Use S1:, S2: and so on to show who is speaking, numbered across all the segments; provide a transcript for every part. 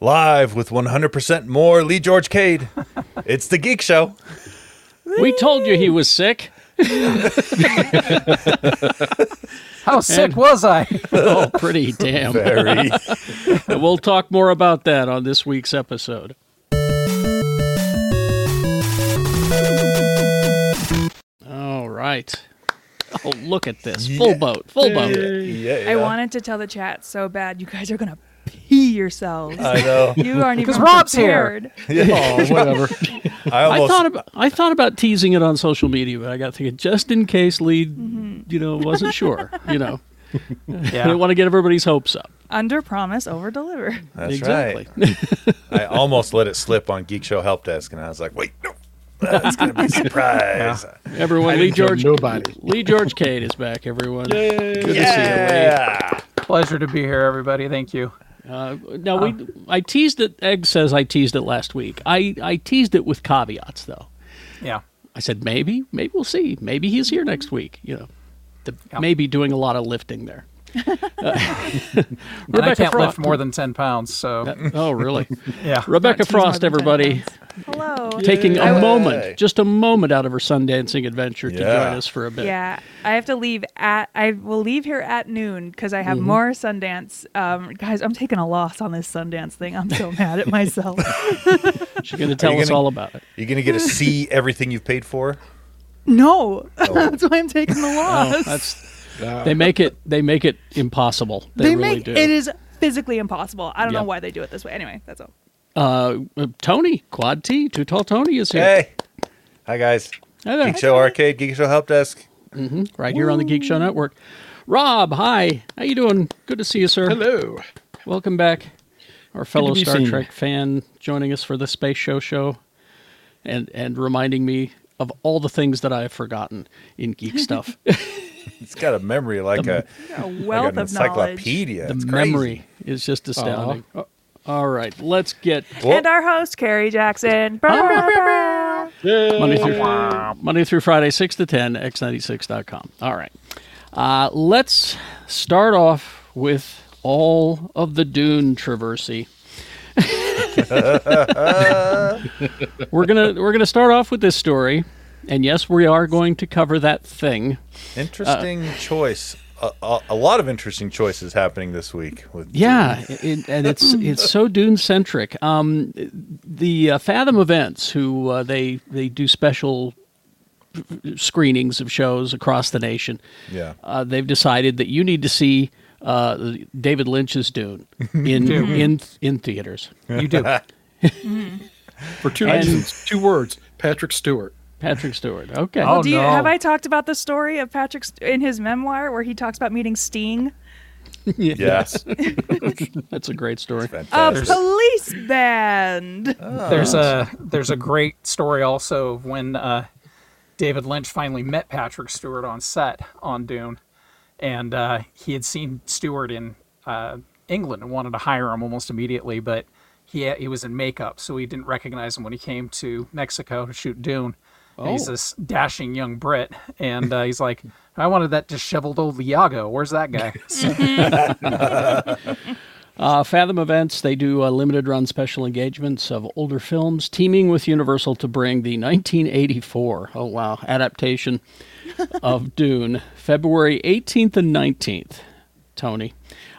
S1: Live with 100% more Lee George Cade. It's the Geek Show.
S2: We told you he was sick.
S3: How sick was I?
S2: Oh, pretty damn.
S1: Very.
S2: We'll talk more about that on this week's episode. All right. Oh, look at this. Full boat. Full boat.
S1: yeah, yeah.
S4: I wanted to tell the chat so bad. You guys are gonna pee yourselves.
S2: Uh,
S1: I know.
S4: you aren't even
S3: 'Cause Rob's here.
S4: prepared.
S2: Oh, whatever.
S1: I
S2: I
S1: almost
S2: thought about I thought about teasing it on social media, but I got thinking just in case Lee, you know, wasn't sure. You know, I didn't want to get everybody's hopes up.
S4: Under promise, over deliver.
S1: That's
S2: exactly.
S1: right. I almost let it slip on Geek Show Help Desk, and I was like, wait, no. That's going to be a surprise.
S2: Everyone, Lee
S5: tell
S2: George,
S5: nobody.
S2: Lee George Cade is back. Everyone.
S1: Good to see
S3: Pleasure to be here, everybody. Thank you.
S2: Uh, now we, I teased it. Egg says I teased it last week. I, I teased it with caveats though.
S3: Yeah.
S2: I said maybe, maybe we'll see. Maybe he's here next week. You know, the, maybe doing a lot of lifting there.
S3: And I
S2: Rebecca
S3: can't
S2: Frost.
S3: lift more than 10 pounds, so
S2: Oh really?
S3: yeah.
S2: Rebecca
S4: Not teasing
S2: Frost,
S4: more than ten
S2: everybody.
S4: pounds. Hello.
S2: taking
S4: I
S2: a
S4: w-
S1: Yay.
S2: moment, just a moment out of her sun dancing adventure to
S1: Yeah.
S2: join us for a bit.
S4: Yeah, I have to leave at. I will leave here at noon because I
S2: Mm-hmm.
S4: have more Sundance. Um, guys, I'm taking a loss on this Sundance thing. I'm so mad at myself.
S2: She's going to tell us
S1: gonna-
S2: all about it.
S1: you. You're going to get to see everything you've paid for?
S4: No, that's why I'm taking the loss.
S2: Oh. That's they make it they make it impossible. They,
S4: they
S2: really
S4: make
S2: do.
S4: it is physically impossible. I don't
S2: Yeah.
S4: know why they do it this way. Anyway, that's all.
S2: uh, Tony Quad T, Too Tall Tony is here.
S1: Hey. Hi, guys.
S2: Hi there.
S1: Geek Show Arcade, Geek Show Help Desk.
S2: right here on the Geek Show Network. Rob, hi. How you doing? Good to see you, sir.
S5: Hello.
S2: Welcome back. Our fellow
S5: be
S2: Star
S5: seen.
S2: Trek fan joining us for the Space Show show and and reminding me of all the things that I have forgotten in geek stuff.
S1: It's got a memory like a,
S4: A
S1: like
S4: wealth
S1: an
S4: of knowledge.
S1: encyclopedia.
S2: the
S1: It's crazy.
S2: memory is just astounding. Uh, all right, let's get
S1: Well,
S4: And our host, Carrie Jackson. Brr, brr, brr.
S5: Uh,
S2: Monday through, Monday through Friday, 6 to 10, x96.com. All right. Uh, let's start off with all of the Dune traversy. we're gonna we're gonna start off with this story, and yes, we are going to cover that thing.
S1: Interesting
S2: Uh,
S1: choice. A, a, a lot of interesting choices happening this week. With
S2: Yeah, it, and it's it's so Dune centric. Um, the uh, Fathom Events, who uh, they they do special screenings of shows across the nation.
S1: yeah,
S2: uh, they've decided that you need to see uh, David Lynch's Dune in
S3: Dune.
S2: in in theaters.
S3: you do.
S5: For two
S2: And-
S5: reasons, two words. Patrick Stewart.
S2: Patrick Stewart. Okay.
S3: Oh,
S4: Do you,
S3: no.
S4: Have I talked about the story of Patrick St- in his memoir where he talks about meeting Sting?
S1: yes,
S2: Um, that's a great story.
S4: A
S1: fantastic.
S4: police band.
S3: There's a there's a great story also of when uh, David Lynch finally met Patrick Stewart on set on Dune, and uh, he had seen Stewart in uh, England and wanted to hire him almost immediately, but he had, he was in makeup, so he didn't recognize him when he came to Mexico to shoot Dune. And he's
S2: Oh.
S3: this dashing young Brit, and uh, he's like, "I wanted that disheveled old Iago. Where's that guy?"
S2: Uh, Fathom Events, they do uh, limited run special engagements of older films, teaming with Universal to bring the 1984, oh wow, adaptation of Dune, February 18th and 19th. Tony,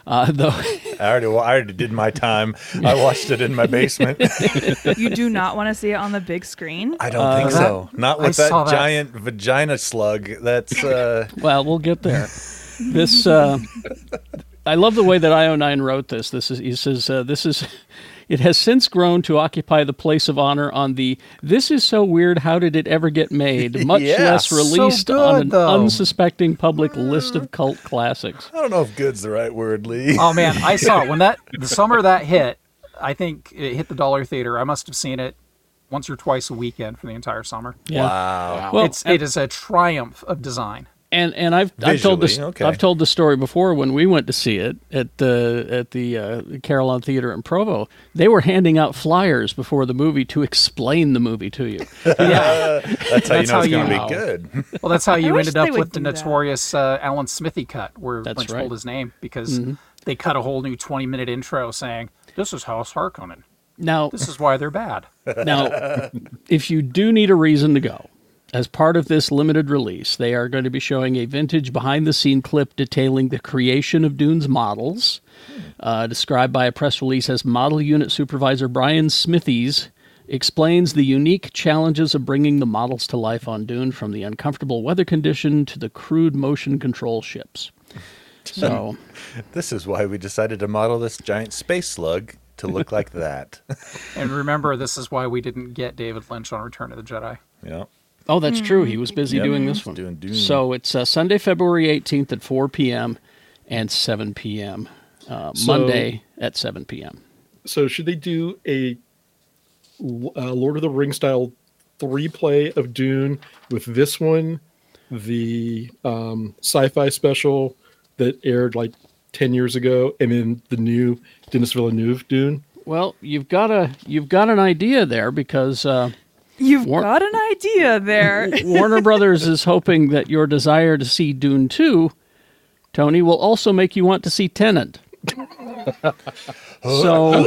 S2: uh, though
S1: I already, well, I already did my time. I watched it in my basement.
S4: You do not want to see it on the big screen.
S1: I don't think
S2: Uh,
S1: so. Not with
S3: I
S1: that,
S3: saw that.
S1: giant vagina slug. That's uh,
S2: Well, we'll get there. This uh, I love the way that IO9 wrote this. This is he says uh, this is it has since grown to occupy the place of honor on the this is so weird how did it ever get made much
S1: Yeah,
S2: less
S1: so
S2: released on
S3: good,
S2: an
S3: though.
S2: unsuspecting public list of cult classics.
S1: I don't know if "good's" the right word, Lee.
S3: Oh man, I saw it when that the summer that hit. I think it hit the Dollar Theater. I must have seen it once or twice a weekend for the entire summer.
S2: Yeah.
S1: Wow.
S2: Well,
S3: it's it is a triumph of design.
S2: and and I've I've told this
S1: Visually, okay.
S2: I've told the story before when we went to see it at the at the uh, Carillon Theater in Provo. They were handing out flyers before the movie to explain the movie to you.
S3: Yeah.
S1: That's how you
S3: that's
S1: know
S3: how
S1: it's
S3: you
S1: going to
S3: know.
S1: be good.
S3: well, that's how you
S4: wish
S3: ended
S4: they
S3: up
S4: would
S3: with the
S4: do that.
S3: notorious uh, Alan Smithy cut, where
S2: That's
S3: Lynch
S2: right. Mm-hmm.
S3: pulled his name because they cut a whole new twenty minute intro saying This is House Harkonnen.
S2: Now,
S3: This is why they're bad.
S2: now, if you do need a reason to go, as part of this limited release, they are going to be showing a vintage behind the scene clip detailing the creation of Dune's models, uh, described by a press release as Model Unit Supervisor Brian Smithies. Explains the unique challenges of bringing the models to life on Dune from the uncomfortable weather condition to the crude motion control ships. So,
S1: This is why we decided to model this giant space slug to look like that.
S3: And remember, this is why we didn't get David Lynch on Return of the Jedi.
S1: yeah.
S2: Oh, that's true. He was busy
S1: Yep.
S2: doing this
S1: He's
S2: one.
S1: doing Dune.
S2: So it's uh, Sunday, February 18th at 4 p.m. and 7 p.m. Uh,
S5: So-
S2: Monday at 7 p.m.
S5: So should they do a uh, Lord of the Rings style three play of Dune with this one, the um, sci-fi special that aired like ten years ago, and then the new Dennis Villeneuve Dune?
S2: Well, you've got a you've got an idea there because uh,
S4: You've
S2: War-
S4: got an idea there.
S2: Warner Brothers is hoping that your desire to see Dune 2, Tony, will also make you want to see Tenant. so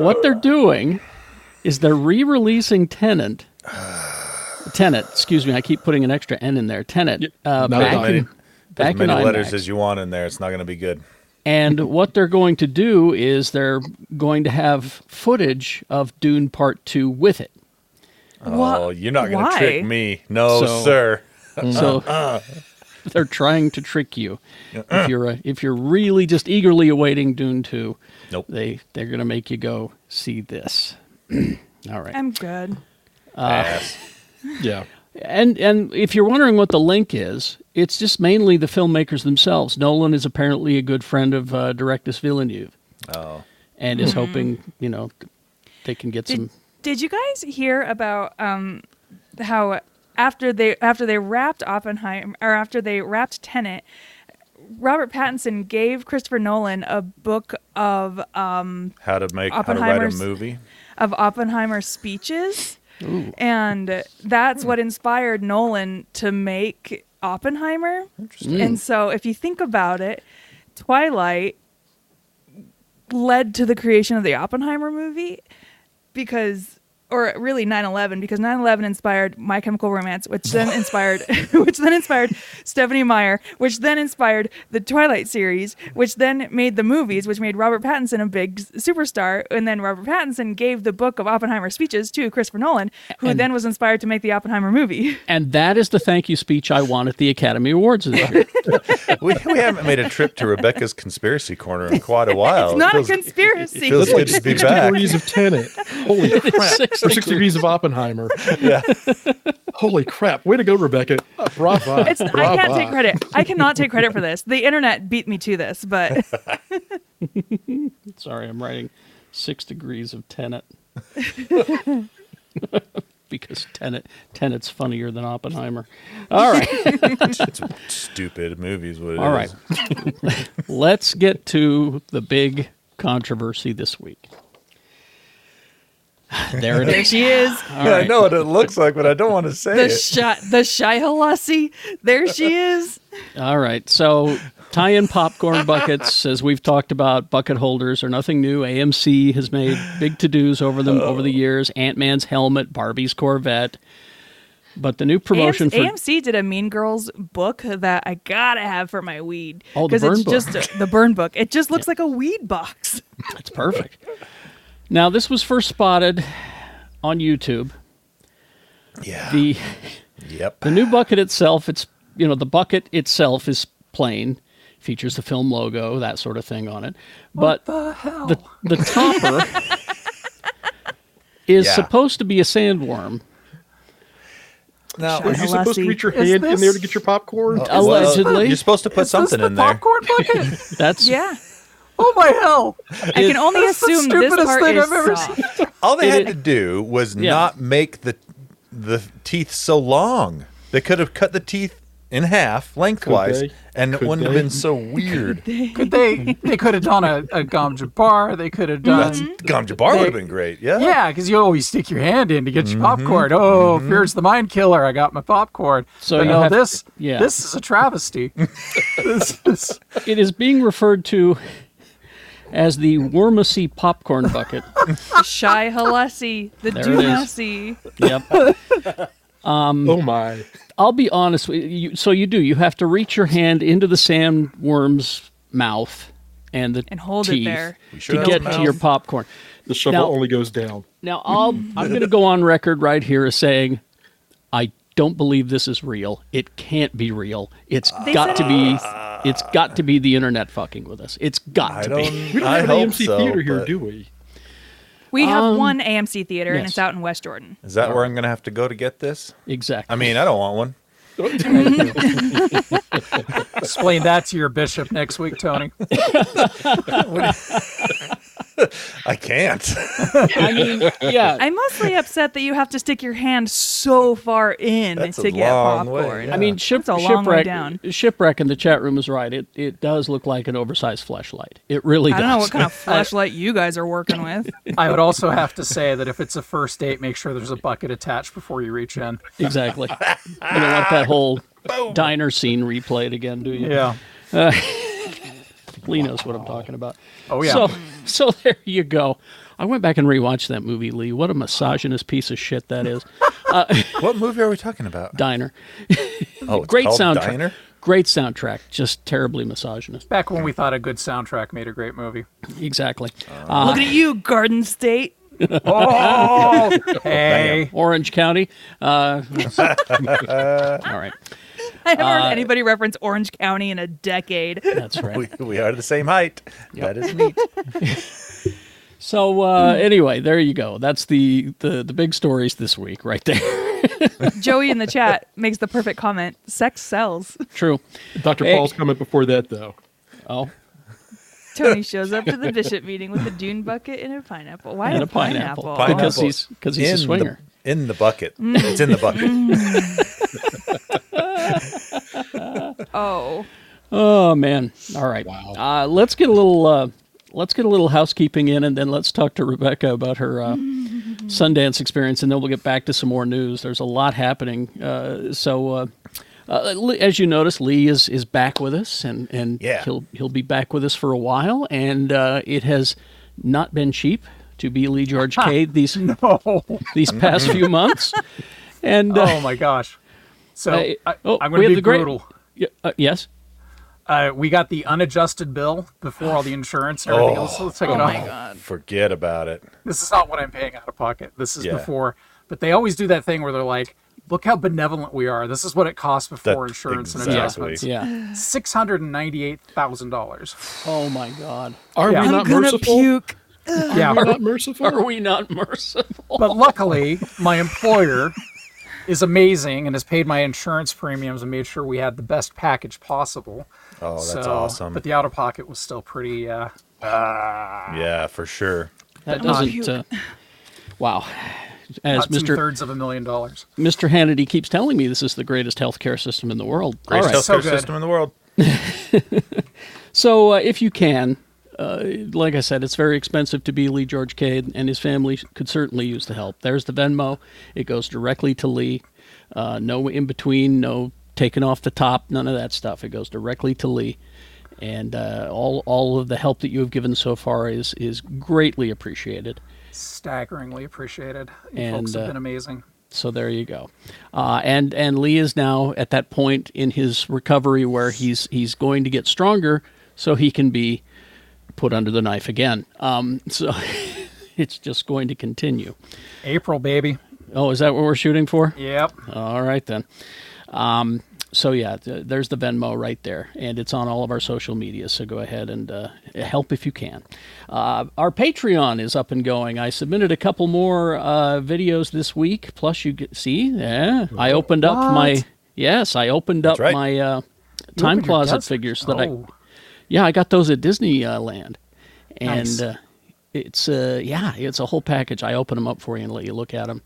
S2: what they're doing is they're re-releasing Tenant. Tenet, excuse me, I keep putting an extra N in there. Tenet, uh,
S5: not
S2: back
S5: mine.
S2: in,
S1: As
S2: back in
S1: many letters
S2: IMAX.
S1: as you want in there, it's not going to be good.
S2: And what they're going to do is they're going to have footage of Dune Part 2 with it.
S4: Wha-
S1: Oh, you're not going to trick
S4: why?
S1: me. No,
S2: So-
S1: sir.
S2: So they're trying to trick you. If you're uh, if you're really just eagerly awaiting Dune 2,
S1: Nope.
S2: they they're going to make you go see this. All right.
S4: I'm good.
S2: Uh,
S1: Ass.
S5: Yeah.
S2: And and if you're wondering what the link is, it's just mainly the filmmakers themselves. Nolan is apparently a good friend of uh, directus Villeneuve
S1: Oh.
S2: and is hoping, you know, they can get some
S4: Did, did you guys hear about um, how after they after they wrapped Oppenheimer or after they wrapped Tenet, Robert Pattinson gave Christopher Nolan a book of um,
S1: How to make how to write a
S4: Oppenheimer's-
S1: movie?
S4: of Oppenheimer speeches, and that's what inspired Nolan to make Oppenheimer. And so, if you think about it, Twilight led to the creation of the Oppenheimer movie because or really 9/11 because 9/11 inspired My Chemical Romance which then inspired which then inspired Stephanie Meyer which then inspired the Twilight series which then made the movies which made Robert Pattinson a big s- superstar and then Robert Pattinson gave the book of Oppenheimer speeches to Christopher Nolan who
S2: And-
S4: then was inspired to make the Oppenheimer movie.
S2: And that is the thank you speech I won at the Academy Awards this year.
S1: we, we haven't made a trip to Rebecca's conspiracy corner in quite a while.
S4: It's not
S1: Oh, it feels,
S4: a conspiracy.
S1: feels
S5: That's
S1: good
S5: like
S1: to be
S5: six
S1: back.
S5: degrees of Tenet. Holy crap!
S2: Six
S5: or six degrees of Oppenheimer.
S1: Yeah.
S5: Holy crap! Way to go, Rebecca! Uh, Bravo!
S4: It's, I can't take credit. I cannot take credit for this. The internet beat me to this, but
S2: Sorry, I'm writing six degrees of Tenet. because Tenet, Tenet's funnier than Oppenheimer. All right.
S1: It's a stupid movies. What it
S2: All right.
S1: is.
S2: Let's get to the big controversy this week. There it
S4: there
S2: is.
S4: she is.
S2: All
S1: Yeah, I
S2: right.
S1: know what it looks like, but I don't want to say
S4: the
S1: it.
S4: shy, the shy Halasi. There she is.
S2: All right. So tie in popcorn buckets, as we've talked about, bucket holders are nothing new. AMC has made big to dos over them over
S4: Oh.
S2: the years. Ant Man's helmet, Barbie's Corvette. But the new promotion
S4: AMC,
S2: for
S4: AMC did a Mean Girls book that I gotta have for my weed.
S2: Oh, the
S4: 'Cause
S2: burn
S4: it's
S2: book.
S4: Just a- the burn book. It just looks like a weed box.
S2: it's perfect. Now this was first spotted on YouTube.
S1: Yeah.
S2: The
S1: yep.
S2: the new bucket itself, it's you know, the bucket itself is plain, features the film logo, that sort of thing on it. But
S3: The hell?
S2: the the topper is
S1: Yeah.
S2: supposed to be a sandworm.
S1: Now,
S5: Are you supposed to
S4: Alessi,
S5: reach your
S3: is
S5: hand in there to
S3: this-
S5: get your popcorn?
S2: Uh, Allegedly.
S1: you're supposed to put
S3: Is
S1: something
S3: this the
S1: in there.
S3: popcorn bucket?
S2: That's
S4: Yeah,
S3: oh my hell!
S4: I can only
S3: That's the
S4: assume this
S3: stupidest
S4: part
S3: thing
S4: is
S3: I've ever
S4: soft.
S1: All they
S2: It
S1: had to
S2: is-
S1: do was
S2: Yeah.
S1: not make the the teeth so long. They could have cut the teeth in half lengthwise,
S5: they?
S1: and it
S5: Could
S1: wouldn't
S5: they?
S1: have been so weird.
S3: Could they? They could have done a, a Gom Jabbar. They could
S4: Mm-hmm.
S3: have done.
S1: That's Gom Jabbar would have been great.
S2: Oh.
S1: Yeah.
S3: Yeah, because you always stick your hand in to get your
S2: Mm-hmm.
S3: popcorn. Oh, fear's the mind killer. I got my popcorn.
S2: So
S3: But
S2: you
S3: no,
S2: have-
S3: this
S2: yeah.
S3: this is a travesty. this is
S2: it is being referred to as the Wormacy popcorn bucket.
S4: The Shy Halesi, the
S2: There it is.
S4: Dunassi.
S2: Yep.
S5: oh my!
S2: I'll be honest with you. So you do. You have to reach your hand into the sandworm's mouth and the
S4: And hold it
S2: teeth
S4: there.
S1: We
S2: to
S1: sure
S2: get
S1: don't
S2: to
S1: know.
S2: your popcorn.
S5: The shovel
S2: Now-
S5: only goes down.
S2: Now I'll, I'm going to go on record right here as saying, I don't believe this is real. It can't be real. It's
S4: They
S2: got to
S4: said
S2: be. It's got to be the internet fucking with us. It's got
S1: I
S2: to
S1: don't.
S2: be.
S5: We don't
S1: I
S5: have
S1: hope
S5: an AMC
S1: so,
S5: theater here,
S1: but
S5: do we?
S4: We have one AMC theater and
S2: Um, yes.
S4: it's out in West Jordan.
S1: Is that where I'm going to have to go to get this?
S2: Exactly.
S1: I mean, I don't want one.
S3: Explain that to your bishop next week, Tony.
S1: I can't.
S2: I mean, yeah.
S4: I'm mostly upset that you have to stick your hand so far in
S1: That's a
S4: to get
S1: long way,
S4: popcorn.
S1: yeah.
S2: I mean, ship,
S4: That's a long way
S2: shipwreck.
S4: down.
S2: Shipwreck in the chat room is right. It it does look like an oversized flashlight. It really
S4: I
S2: does.
S4: don't know what kind of flashlight you guys are working with.
S3: I would also have to say that if it's a first date, make sure there's a bucket attached before you reach in.
S2: exactly. You don't want that whole diner scene replayed again, do you?
S3: Yeah.
S2: Lee knows what I'm talking about.
S3: Oh yeah.
S2: So so there you go. I went back and rewatched that movie, Lee. What a misogynist piece of shit that is.
S1: what movie are we talking about?
S2: Diner.
S1: Oh, it's
S2: Great
S1: called
S2: soundtrack.
S1: Diner?
S2: Great soundtrack. Just terribly misogynist.
S3: Back when we thought a good soundtrack made a great movie.
S2: Exactly.
S3: Uh,
S2: Uh,
S4: Looking at you, Garden State.
S3: Oh, hey.
S2: Orange County. Uh, all right.
S4: I haven't heard anybody reference Orange County in a decade.
S2: That's right.
S1: We, we are the same height. That is neat.
S2: So uh, anyway, there you go. That's the, the the big stories this week, right there.
S4: Joey in the chat makes the perfect comment. Sex sells.
S2: True.
S5: Dr.
S2: Hey.
S5: Paul's comment before that, though.
S2: Oh,
S4: Tony shows up to the bishop meeting with a dune bucket and a pineapple. Why
S2: and
S4: a
S2: a pineapple,
S1: Pineapple.
S2: because he's because he's
S1: in
S2: a swinger. Mm.
S1: The, in the bucket. It's in the bucket.
S4: Oh,
S2: Oh man! All right.
S5: Wow.
S2: Uh, let's get a little uh, let's get a little housekeeping in, and then let's talk to Rebecca about her uh, Sundance experience, and then we'll get back to some more news. There's a lot happening. Uh, so, uh, uh, Lee- as you notice, Lee is is back with us, and and
S1: Yeah.
S2: he'll he'll be back with us for a while, and uh, it has not been cheap to be Lee George Cade these
S3: Oh,
S2: these past few months, and uh,
S3: oh my gosh. So
S2: Hey,
S3: I,
S2: oh,
S3: I'm
S2: we
S3: going
S2: have
S3: to
S2: the
S3: be
S2: great-
S3: brutal.
S2: y- uh, yes.
S3: Uh, we got the unadjusted bill before all the insurance and everything
S1: Oh.
S3: else. Let's take it
S4: oh
S3: off.
S4: my god.
S1: Forget about it.
S3: This is not what I'm paying out of pocket. This is
S1: Yeah.
S3: before. But they always do that thing where they're like, "Look how benevolent we are. This is what it costs before
S1: That-
S3: insurance
S1: exactly.
S3: and adjustments.
S2: Yeah.
S3: Six hundred and ninety-eight thousand dollars.
S2: Oh my God.
S5: Are
S3: Yeah.
S5: we
S3: I'm
S5: not
S4: gonna
S5: merciful?
S4: puke.
S3: Yeah,
S5: Are we not merciful?
S2: Are we not merciful?
S3: but luckily my employer is amazing and has paid my insurance premiums and made sure we had the best package possible.
S1: Oh, that's
S3: so,
S1: awesome.
S3: But the out of pocket was still pretty. Uh,
S1: yeah, for sure.
S2: That
S4: Oh,
S2: doesn't.
S4: puke.
S2: Uh, wow. As
S3: not two
S2: Mr.
S3: thirds of a million dollars.
S2: Mr. Hannity keeps telling me, this is the greatest healthcare system in the world.
S1: Greatest
S2: All right.
S3: So
S1: healthcare
S3: good.
S1: system in the world.
S2: So, uh, if you can, uh, like I said, it's very expensive to be Lee George Cade, and his family could certainly use the help. There's the Venmo. It goes directly to Lee. Uh, no in between, no taking off the top, none of that stuff. It goes directly to Lee. And uh, all, all of the help that you have given so far is, is greatly appreciated.
S3: Staggeringly appreciated. You
S2: And,
S3: folks
S2: uh,
S3: have been amazing.
S2: So there you go. Uh, and and Lee is now at that point in his recovery where he's he's going to get stronger so he can be put under the knife again. Um, so it's just going to continue.
S3: April baby.
S2: Oh, is that what we're shooting for?
S3: Yep.
S2: All right then. Um, so yeah, th- there's the Venmo right there, and it's on all of our social media. So go ahead and uh, help if you can. Uh, our Patreon is up and going. I submitted a couple more uh, videos this week. Plus, you get, see, yeah, I opened up my
S3: What?
S2: yes, I opened up
S1: That's right.
S2: my uh,
S3: You
S2: time
S3: opened your
S2: closet
S3: desk-
S2: figures that
S3: Oh.
S2: I yeah I got those at Disneyland, and
S3: Nice.
S2: uh, it's uh, yeah it's a whole package. I open them up for you and let you look at them.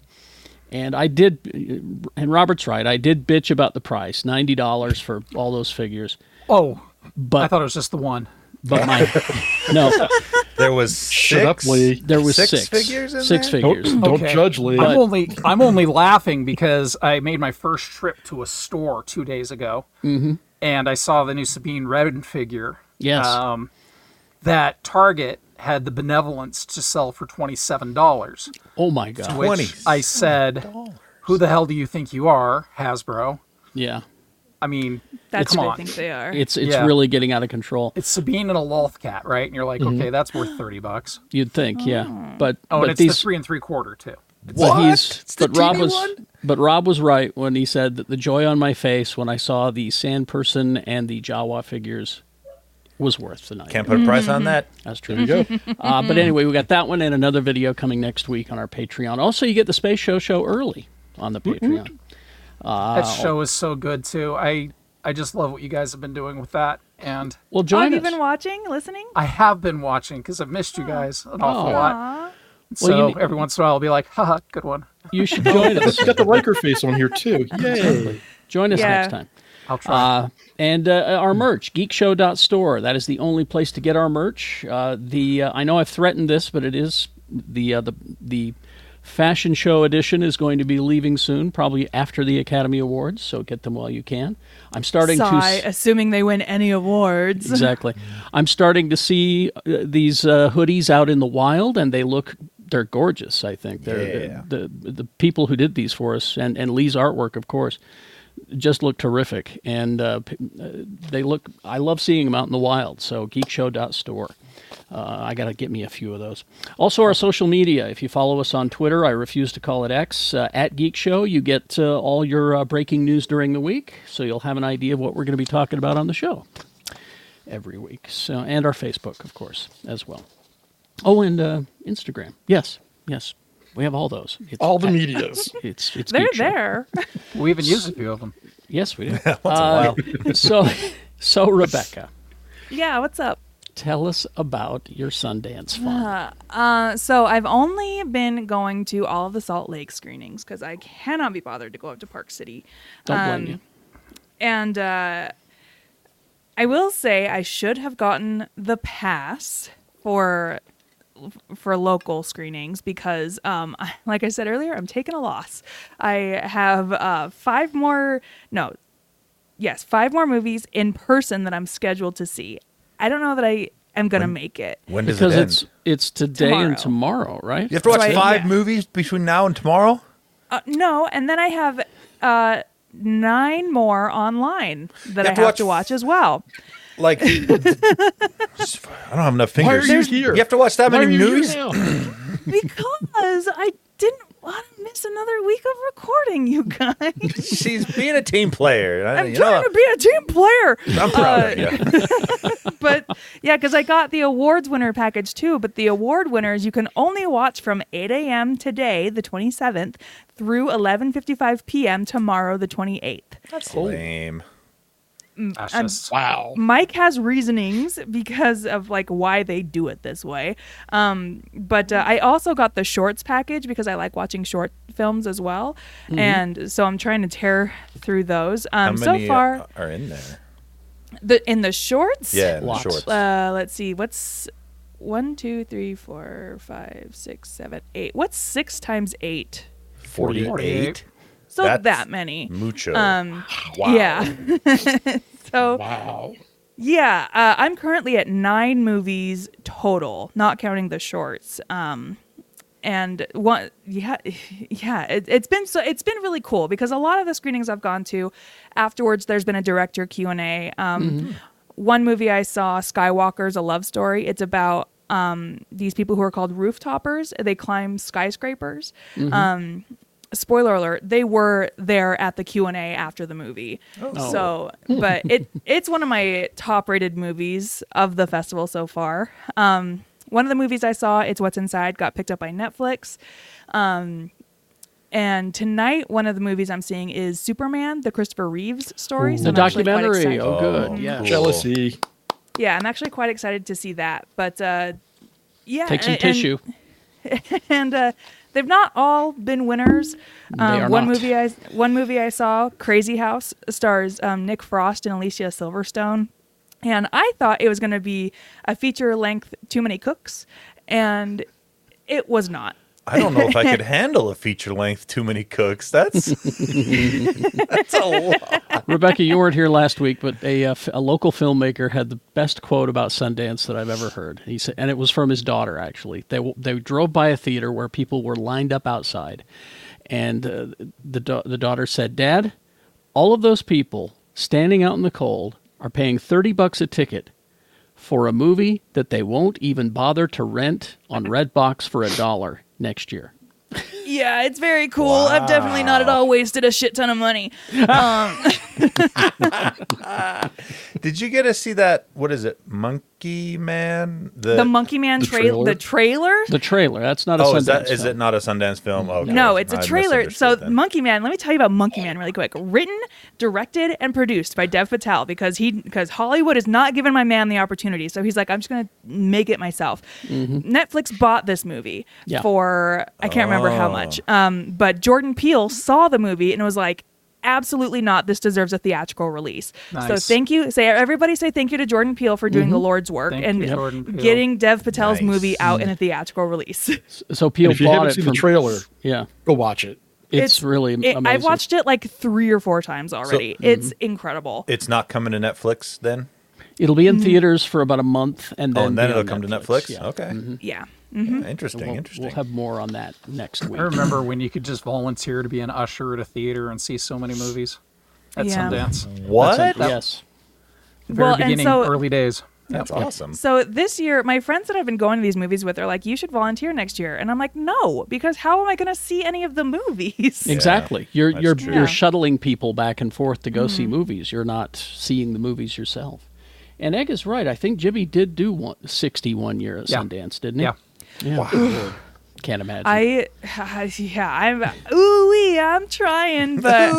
S2: And I did, and Robert's right. I did bitch about the price, ninety dollars for all those figures.
S3: Oh, I
S2: But
S3: thought it was just the one.
S2: but my no,
S1: There was six.
S5: Shut up, Lee.
S2: there was six,
S1: Six figures in
S2: six
S1: there?
S5: Don't,
S2: figures.
S5: don't
S3: Okay.
S5: judge, Lee.
S3: I'm only I'm only laughing because I made my first trip to a store two days ago, and I saw the new Sabine Redden figure.
S2: Yes.
S3: Um, that Target had the benevolence to sell for $27.
S2: Oh my god.
S3: Which I said, Who the hell do you think you are, Hasbro?
S2: Yeah.
S3: I mean,
S4: That's
S3: come on.
S4: what I think they are.
S2: It's it's
S3: Yeah.
S2: really getting out of control.
S3: It's Sabine and a Lothcat, right? And you're like, okay, that's worth 30 bucks.
S2: You'd think, yeah. But
S3: Oh,
S2: but
S3: and it's
S2: these
S3: the three and three quarter, too.
S2: But he's
S1: It's the
S2: but Rob
S1: teeny
S2: was
S1: one?
S2: but Rob was right when he said that the joy on my face when I saw the Sand Person and the Jawa figures was worth the night.
S1: Can't put a price
S2: Mm-hmm.
S1: on that.
S2: That's true.
S5: There you go.
S2: Uh, but anyway, we got that one and another video coming next week on our Patreon. Also, you get the Space Show show early on the
S5: Mm-hmm.
S2: Patreon.
S3: That show is so good, too. I, I just love what you guys have been doing with that. And
S2: Well,
S4: oh,
S2: join
S4: have you
S2: us.
S4: been watching, listening?
S3: I have been watching because I've missed you guys an awful
S2: Oh.
S3: lot.
S4: Aw.
S3: So
S2: Well, you need-
S3: every once in a while, I'll be like, haha, good one.
S2: you should join us.
S5: Got the Riker face on here too. Yay!
S2: Join us
S4: Yeah.
S2: next time.
S3: I'll try.
S2: Uh, and uh, our merch, geekshow.store. That is the only place to get our merch. Uh, the uh, I know I've threatened this, but it is the uh, the the fashion show edition is going to be leaving soon, probably after the Academy Awards. So get them while you can. I'm starting to.
S4: Sigh,
S2: s-
S4: assuming they win any awards.
S2: exactly. I'm starting to see uh, these uh, hoodies out in the wild, and they look they're gorgeous. I think they're
S1: Yeah.
S2: the, the the people who did these for us, and and Lee's artwork, of course, just look terrific. And uh, p- uh, they look. I love seeing them out in the wild. So geekshow.store. Uh, I gotta get me a few of those. Also, our social media. If you follow us on Twitter, I refuse to call it X uh, at Geek Show. You get uh, all your uh, breaking news during the week, so you'll have an idea of what we're going to be talking about on the show every week. So, and our Facebook, of course, as well. Oh, and uh, Instagram. Yes, yes, we have all those. It's,
S5: All the medias.
S2: It's it's
S4: They're
S2: Geek Show.
S4: there.
S3: we even used a few of them.
S2: Yes, we do. Uh, so, so Rebecca,
S4: yeah, what's up?
S2: tell us about your Sundance fun.
S4: Uh, so I've only been going to all of the Salt Lake screenings because I cannot be bothered to go up to Park City.
S2: Don't blame
S4: um,
S2: you.
S4: And uh, I will say I should have gotten the pass for for local screenings because, um, I- like I said earlier, I'm taking a loss. I have uh, five more no, yes, five more movies in person that I'm scheduled to see. I don't know that I am gonna make it.
S1: When does
S2: Because
S1: it end?
S2: it's it's today and tomorrow, right?
S1: you have to watch
S4: Right,
S1: five
S4: yeah.
S1: movies between now and tomorrow.
S4: Uh, no, and then I have uh, nine more online
S1: You
S4: that
S1: have
S4: I have
S1: to watch-
S4: to watch as well.
S1: Like, I don't have enough
S5: Why are
S1: fingers.
S5: you here?
S1: have to watch that
S5: Why are
S1: many
S5: you here
S1: movies.
S5: now?
S4: Because I didn't want to miss another week of recording, you guys.
S1: She's being a team player. I-
S4: I'm
S1: you
S4: trying
S1: know,
S4: to be a team player.
S1: I'm proud of you.
S4: But yeah, because I got the awards winner package too. But the award winners you can only watch from 8 a.m. today, the 27th, through 11:55 p.m. tomorrow, the 28th.
S1: That's lame.
S3: That's
S4: I'm-
S3: just-
S5: Wow.
S4: Mike has reasonings because of like why they do it this way. Um, but uh, I also got the shorts package because I like watching short films as well, and so I'm trying to tear through those. Um,
S1: Mm-hmm. How
S4: so
S1: many
S4: far,
S1: uh, are in there?
S4: the in the shorts,
S1: Yeah, in the
S2: Lots.
S1: shorts.
S4: Uh, let's see, what's one, two, three, four, five, six, seven, eight. What's six times eight?
S1: 48.
S3: 48.
S4: So
S1: That's-
S4: that many.
S1: Mucho.
S4: Um,
S1: wow.
S4: yeah. so
S5: Wow.
S4: Yeah, uh, I'm currently at nine movies total, not counting the shorts. Um, and one, yeah, yeah, it, it's been so it's been really cool because a lot of the screenings I've gone to, afterwards there's been a director Q and A. Um, One movie I saw, Skywalker's A Love Story. It's about um, these people who are called rooftoppers. They climb skyscrapers.
S2: Mm-hmm.
S4: Um, spoiler alert: they were there at the Q and A after the movie.
S2: Oh.
S4: So, but it it's one of my top rated movies of the festival so far. Um, one of the movies I saw, it's What's Inside, got picked up by Netflix. Um, and tonight, one of the movies I'm seeing is Superman, the Christopher Reeves story.
S2: the
S4: I'm actually quite
S2: documentary.
S4: excited-
S2: Oh,
S1: Oh,
S2: good. Yeah.
S1: cool.
S5: Jealousy.
S4: yeah, I'm actually quite excited to see that. But uh, yeah,
S2: Take some
S4: and- and-
S2: tissue.
S4: and uh, they've not all been winners. Um,
S2: are
S4: one
S2: not.
S4: movie I one movie I saw, Crazy House, stars um, Nick Frost and Alicia Silverstone, and I thought it was going to be a feature length Too Many Cooks, and it was not.
S1: I don't know if I could handle a feature length too many cooks. That's that's a lot.
S2: Rebecca, you weren't here last week, but a, uh, f- a local filmmaker had the best quote about Sundance that I've ever heard. He said, and it was from his daughter actually. They w- they drove by a theater where people were lined up outside, and uh, the da- the daughter said, "Dad, all of those people standing out in the cold are paying thirty bucks a ticket." For a movie that they won't even bother to rent on Redbox for a dollar next year.
S4: Yeah, it's very cool. I've definitely not at all wasted a shit ton of money.
S1: Did you get to see that? What is it, Monkey Man? The,
S4: The Monkey Man
S5: the
S4: trailer, the trailer.
S2: The trailer. That's not a
S1: oh,
S2: Sundance
S1: is that is
S2: film.
S1: it not a Sundance film? Okay.
S4: No, it's
S1: I
S4: a trailer. So
S1: misunderstood then.
S4: Monkey Man, let me tell you about Monkey Man really quick. Written, directed, and produced by Dev Patel because he because Hollywood is not giving my man the opportunity. So he's like, I'm just gonna make it myself.
S1: Mm-hmm.
S4: Netflix bought this movie
S2: Yeah.
S4: for I can't remember how
S1: Oh.
S4: much. Um, but Jordan Peele saw the movie and was like. Absolutely not. This deserves a theatrical release. So
S3: Nice.
S4: thank you. Say everybody say thank you to Jordan Peele for doing the Lord's work
S3: Thank
S4: and
S3: you, Jordan Peele.
S4: getting Dev Patel's
S1: Mm-hmm. Nice.
S4: movie out in a theatrical release.
S2: So
S5: And
S2: Peel
S5: if you
S2: bought
S5: haven't
S2: it
S5: seen
S2: from,
S5: the trailer,
S2: Yeah,
S5: go watch it.
S2: it's, really
S4: it-
S2: amazing.
S4: I've watched it like three or four times already. it's incredible.
S1: It's not coming to Netflix then.
S2: It'll be in
S4: Mm.
S2: theaters for about a month, and then
S1: oh, and then
S2: be
S1: it'll
S2: on
S1: come to Netflix.
S2: Yeah.
S1: Okay,
S4: yeah.
S1: Yeah, interesting,
S2: We'll,
S1: interesting.
S2: we'll have more on that next week.
S3: I remember when you could just volunteer to be an usher at a theater and see so many movies at
S4: Yeah.
S3: Sundance.
S1: what?
S2: That's
S1: That's,
S2: a- yes.
S3: The very
S4: Well, and
S3: beginning,
S4: so-
S3: early days.
S1: awesome.
S4: So this year, my friends that I've been going to these movies with are like, you should volunteer next year. And I'm like, no, because how am I going to see any of the movies?
S2: Exactly. You're
S1: that's
S2: you're
S1: true.
S2: you're
S4: Yeah. Mm-hmm.
S2: shuttling people back and forth to go see movies. You're not seeing the movies yourself. And Egg is right. I think Jimmy did do one, 61 year at
S3: Yeah.
S2: Sundance, didn't he?
S3: Yeah.
S2: Wow. Can't imagine.
S4: I, yeah, I'm, ooh, wee, I'm trying, but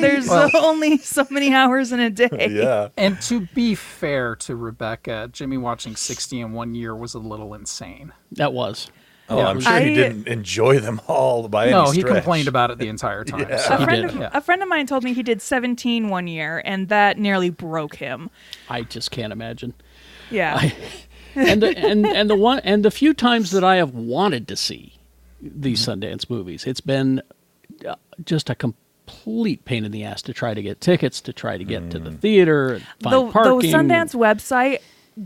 S4: there's only so many hours in a day.
S1: yeah.
S3: And to be fair to Rebecca, Jimmy watching 60 in one year was a little insane.
S2: that was.
S1: Oh,
S3: Yeah,
S1: I'm
S3: we-
S1: sure
S4: I-
S1: he didn't enjoy them all by any
S3: no,
S1: stretch.
S3: he complained about it the entire time. so-
S4: A friend,
S2: did.
S4: of,
S3: Yeah.
S4: a friend of mine told me he did 17 one year, and that nearly broke him.
S2: I just can't imagine.
S4: Yeah.
S2: and the, and and the one and the few times that I have wanted to see these Sundance movies, it's been uh, just a complete pain in the ass to try to get tickets, to try to get to the theater, and find
S4: the, the
S2: parking.
S4: Sundance website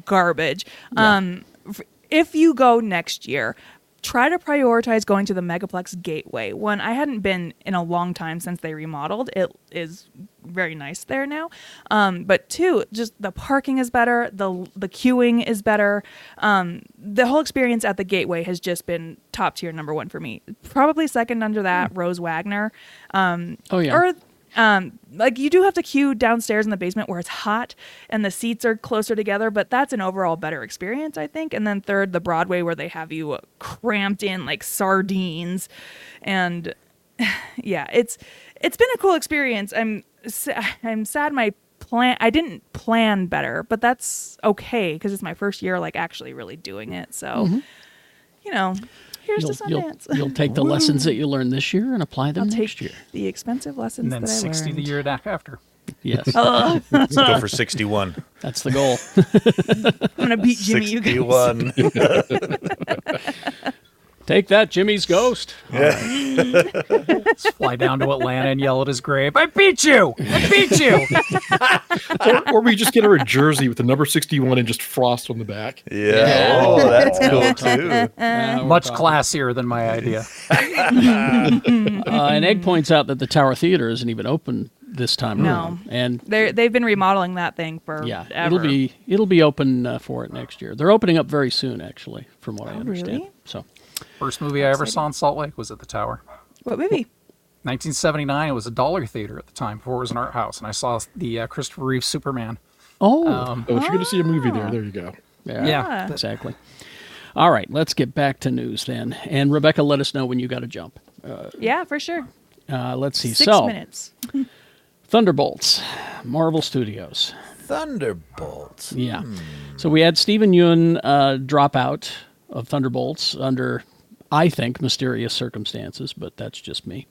S4: garbage.
S2: Yeah.
S4: Um, f- if you go next year, try to prioritize going to the Megaplex Gateway. One I hadn't been in a long time since they remodeled. It is very nice there now. Um, but two, just the parking is better. the The queuing is better. Um, the whole experience at the Gateway has just been top tier, number one for me. Probably second under that,
S2: Hmm.
S4: Rose Wagner.
S2: oh yeah,
S4: Or um, like you do have to queue downstairs in the basement where it's hot and the seats are closer together, but that's an overall better experience, I think. And then third, the Broadway where they have you uh, cramped in like sardines, and yeah, it's it's been a cool experience. I'm sa- I'm sad my plan I didn't plan better, but that's okay because it's my first year like actually really doing it. So you know, here's
S2: Mm-hmm. you'll,
S4: to
S2: you'll,
S4: Sundance.
S2: you'll take the lessons that you learned this year and apply them
S4: I'll
S2: next
S4: take
S2: year.
S4: the expensive lessons
S3: And then
S4: that I
S3: 60
S4: learned.
S3: the year after.
S2: Yes,
S4: Oh.
S1: Let's go for 61.
S2: that's the goal.
S4: I'm gonna beat Jimmy. You guys.
S1: 61.
S2: take that, Jimmy's ghost.
S3: Let's fly down to Atlanta and yell at his grave, I beat you! I beat you!
S5: or, or we just get her a jersey with the number 61 and just frost on the back.
S1: Yeah. Oh, that's cool too.
S4: Uh.
S2: Now Uh, we're
S3: Much
S2: talking.
S3: classier than my idea.
S2: Uh, and Egg points out that the Tower Theater isn't even open this time
S4: Mm. No.
S2: around, and
S4: They they've been remodeling that thing for
S2: Yeah,
S4: ever.
S2: it'll be it'll be open uh, for it next year. They're opening up very soon, actually, from what I
S4: Oh,
S2: understand.
S4: really?
S2: So
S3: First movie I ever saw in Salt Lake was at the Tower.
S4: what movie?
S3: 1979, it was a dollar theater at the time before it was an art house, and I saw the uh, Christopher Reeve Superman.
S2: oh
S3: Um,
S5: Oh, if you're going to see a movie there, there you go.
S2: yeah,
S3: yeah.
S2: exactly. All right, let's get back to news then. And Rebecca, let us know when you got to jump.
S4: Yeah, for sure.
S2: Uh, let's see.
S4: Six
S2: so
S4: minutes.
S2: Thunderbolts, Marvel Studios.
S1: Thunderbolts.
S2: Yeah.
S4: Hmm.
S2: So we had Stephen Yun uh, drop out of Thunderbolts under, I think, mysterious circumstances, but that's just me.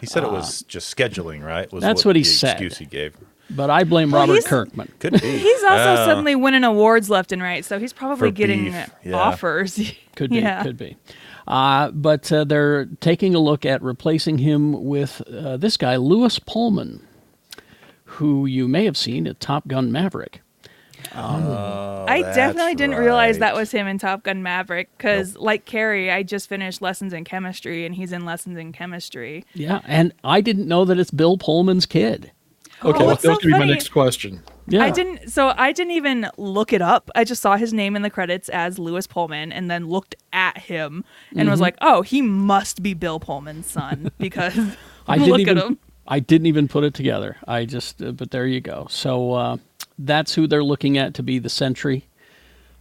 S1: He said it was just scheduling, right? Was
S2: that's what he
S1: the
S2: said.
S1: Excuse he gave.
S2: But I blame
S4: Well,
S2: Robert
S4: he's-
S2: Kirkman.
S1: Could be.
S4: He's also
S1: Uh,
S4: suddenly winning awards left and right, so he's probably
S1: For
S4: getting
S1: beef, yeah.
S4: offers.
S2: Could be,
S4: Yeah.
S2: could be. Uh, but uh, they're taking a look at replacing him with uh, this guy, Lewis Pullman, who you may have seen at Top Gun Maverick.
S1: Oh,
S4: I
S1: that's
S4: definitely didn't realize that
S1: right.
S4: was him in Top Gun Maverick because, like Carrie, I just finished lessons in chemistry and he's in lessons in chemistry.
S2: Yeah, and I didn't know that it's Bill Pullman's kid.
S5: Okay,
S4: Oh,
S5: that was
S4: it's so
S5: going to be my
S4: funny.
S5: next question.
S2: Yeah,
S4: I didn't. So I didn't even look it up. I just saw his name in the credits as Lewis Pullman, and then looked at him and
S2: Mm-hmm.
S4: was like, "Oh, he must be Bill Pullman's son because
S2: I didn't
S4: look
S2: even,
S4: at him."
S2: I didn't even put it together. I just, uh, but there you go. So uh, that's who they're looking at to be the Sentry,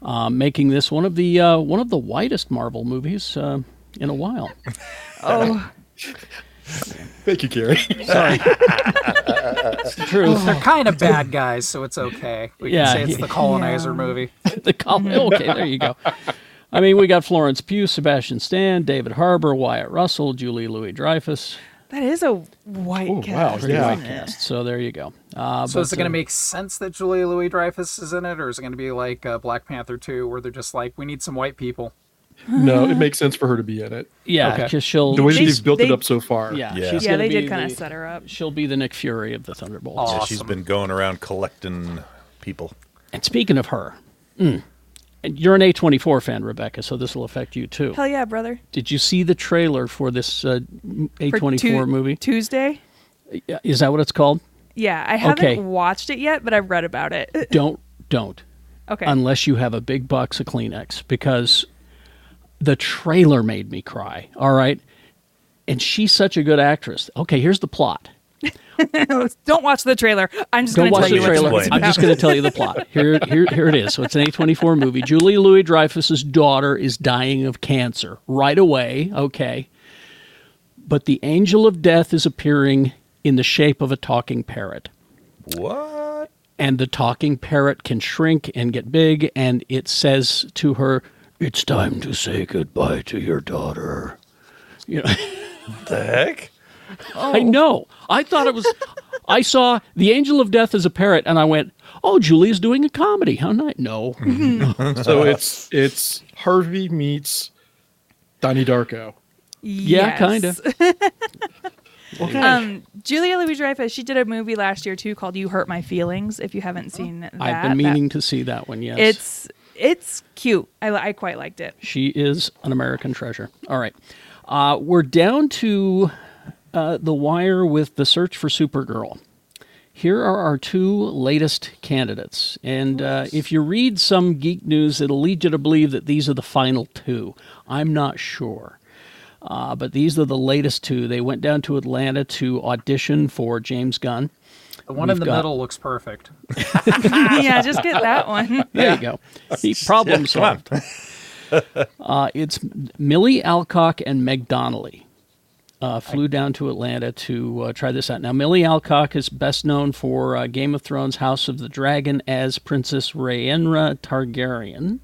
S2: uh, making this one of the uh, one of the whitest Marvel movies uh, in a while.
S4: Oh,
S5: Thank you, Gary.
S2: True.
S3: They're kind of bad guys, so it's okay. We
S2: Yeah,
S3: can say it's
S2: he-
S3: the colonizer
S4: Yeah.
S3: movie.
S2: the colony. Okay, there you go. I mean, we got Florence Pugh, Sebastian Stan, David Harbour, Wyatt Russell, Julie Louis Dreyfus.
S4: that is a white
S5: Oh, wow,
S4: cast.
S5: yeah.
S4: isn't it?
S2: So there you go. Uh,
S3: So is
S2: but,
S3: it going
S2: uh,
S3: to make sense that Julia Louis Dreyfus is in it, or is it going to be like uh, Black Panther 2, where they're just like, we need some white people?
S5: no, it makes sense for her to be in it.
S2: Yeah,
S3: okay.
S2: because she'll.
S5: The way
S4: They-
S5: that they've built
S4: they-
S5: it up so far.
S2: yeah,
S1: Yeah.
S2: she's
S4: Yeah,
S2: gonna
S4: they
S2: be
S4: did kind
S2: the-
S4: of set her up.
S2: She'll be the Nick Fury of the Thunderbolts.
S3: Aw.
S1: Yeah, she's
S3: Awesome.
S1: been going around collecting people.
S2: And speaking of her, mm, and you're an A24 fan, Rebecca, so this will affect you too.
S4: Hell yeah, brother!
S2: Did you see the trailer for this uh,
S4: For
S2: A24
S4: Tu-
S2: movie?
S4: Tuesday.
S2: Yeah, Is that what it's called?
S4: Yeah, I haven't
S2: Okay.
S4: watched it yet, but I've read about it.
S2: Don't, don't.
S4: Okay.
S2: unless you have a big box of Kleenex because the trailer made me cry. All right. And she's such a good actress. Okay, here's the plot.
S4: Don't watch the trailer. I'm just
S2: Go
S4: going to
S2: watch
S4: tell
S2: the
S4: you what the
S2: trailer.
S4: movie's
S1: explain.
S2: I'm
S4: about.
S2: just going to tell you the plot. Here, here, here it is. So it's an A24 movie. Julie Louis Dreyfus's daughter is dying of cancer right away. Okay. But the angel of death is appearing in the shape of a talking parrot.
S1: What?
S2: and the talking parrot can shrink and get big and it says to her it's time to say goodbye to your daughter you know
S1: The heck?
S4: Oh.
S2: i know i thought it was i saw the angel of death as a parrot and i went oh julia's doing a comedy how nice no
S1: Mm-hmm.
S5: So it's it's Harvey meets Donnie Darko.
S2: yeah
S4: Yes.
S2: kind of
S5: Okay.
S4: Um, Julia Louis Dreyfus, she did a movie last year too called "You Hurt My Feelings." If you haven't
S1: Oh,
S4: seen that,
S2: i've been
S4: that-
S2: meaning to see that one yes
S4: it's it's cute. I, I quite liked it.
S2: She is an American treasure. All right. Uh, we're down to uh, the wire with the search for Supergirl. Here are our two latest candidates. And uh, if you read some geek news, it'll lead you to believe that these are the final two. I'm not sure. Uh, but these are the latest two. They went down to Atlanta to audition for James Gunn.
S3: The one
S2: We've
S3: in the
S2: got-
S3: middle looks perfect.
S4: yeah, just get that one.
S2: There you go. He problem solved. uh, it's Millie Alcock and Meg Donnelly uh, flew down to Atlanta to uh, try this out. Now, Millie Alcock is best known for uh, Game of Thrones House of the Dragon as Princess Rhaenyra Targaryen.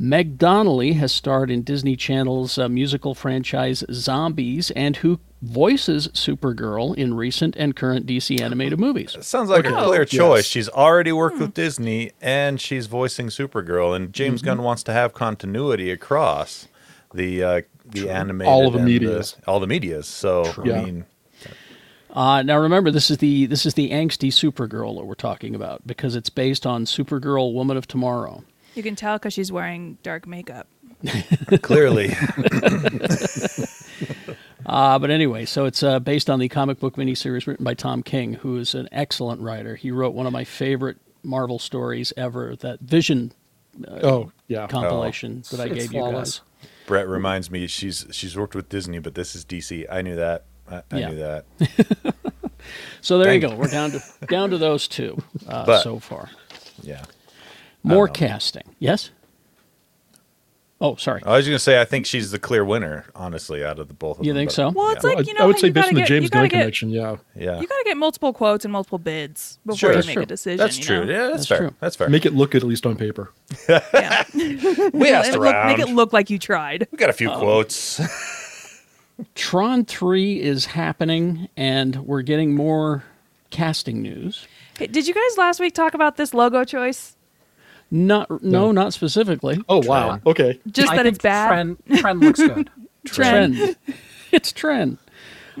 S2: Meg Donnelly has starred in Disney Channel's uh, musical franchise Zombies and who voices Supergirl in recent and current DC animated movies.
S1: Sounds like a clear choice.
S5: Yes.
S1: She's already worked with Disney and she's voicing Supergirl, and James Gunn wants to have continuity across the uh, the animated
S5: All of the
S1: and
S5: medias.
S1: all the medias. So
S5: Yeah.
S1: I mean,
S2: Uh, now remember, this is the this is the angsty Supergirl that we're talking about because it's based on Supergirl, Woman of Tomorrow.
S4: You can tell because she's wearing dark makeup.
S1: clearly,
S2: Uh, but anyway, so it's uh, based on the comic book miniseries written by Tom King, who is an excellent writer. He wrote one of my favorite Marvel stories ever, that Vision
S4: Uh,
S5: oh yeah.
S2: compilation that I
S3: It's
S2: gave
S3: flawless.
S2: you
S1: Brett reminds me she's she's worked with Disney, but this is DC. I knew that. I, I
S2: Yeah.
S1: knew that.
S2: guys. So there you
S1: Thank
S2: go. We're down to down to those two uh,
S1: But-
S2: so far.
S1: Yeah.
S2: More
S1: know.
S2: casting, yes. Oh, sorry.
S1: I was gonna say I think she's the clear winner, honestly, out of the both of
S2: You
S1: them.
S2: think
S1: but-
S2: so?
S4: Well, it's
S1: Yeah.
S5: I,
S4: like you know,
S5: I would
S4: how
S5: say
S4: you
S5: based
S4: gotta
S5: on the
S4: get-
S5: James
S4: you gotta
S5: Gunn
S4: get-
S5: connection, yeah.
S1: Yeah.
S4: You gotta get multiple quotes and multiple bids before
S1: Sure,
S4: you
S1: that's
S4: make
S2: true.
S4: a decision.
S1: That's
S4: you
S1: true.
S4: know?
S1: Yeah, that's,
S2: That's
S1: fair.
S2: true.
S1: That's fair.
S5: Make it look at least on paper.
S4: Yeah.
S1: we asked
S4: Look- make it
S1: around.
S4: look like you tried.
S1: we got a few quotes.
S2: Tron 3 is happening, and we're getting more casting news.
S4: Hey, did you guys last week talk about this logo choice?
S2: Not no, not specifically.
S5: Oh wow. Okay.
S4: Just
S3: I
S4: that
S3: think
S4: it's bad.
S3: Trend, trend looks good.
S4: Trend.
S2: it's Tren.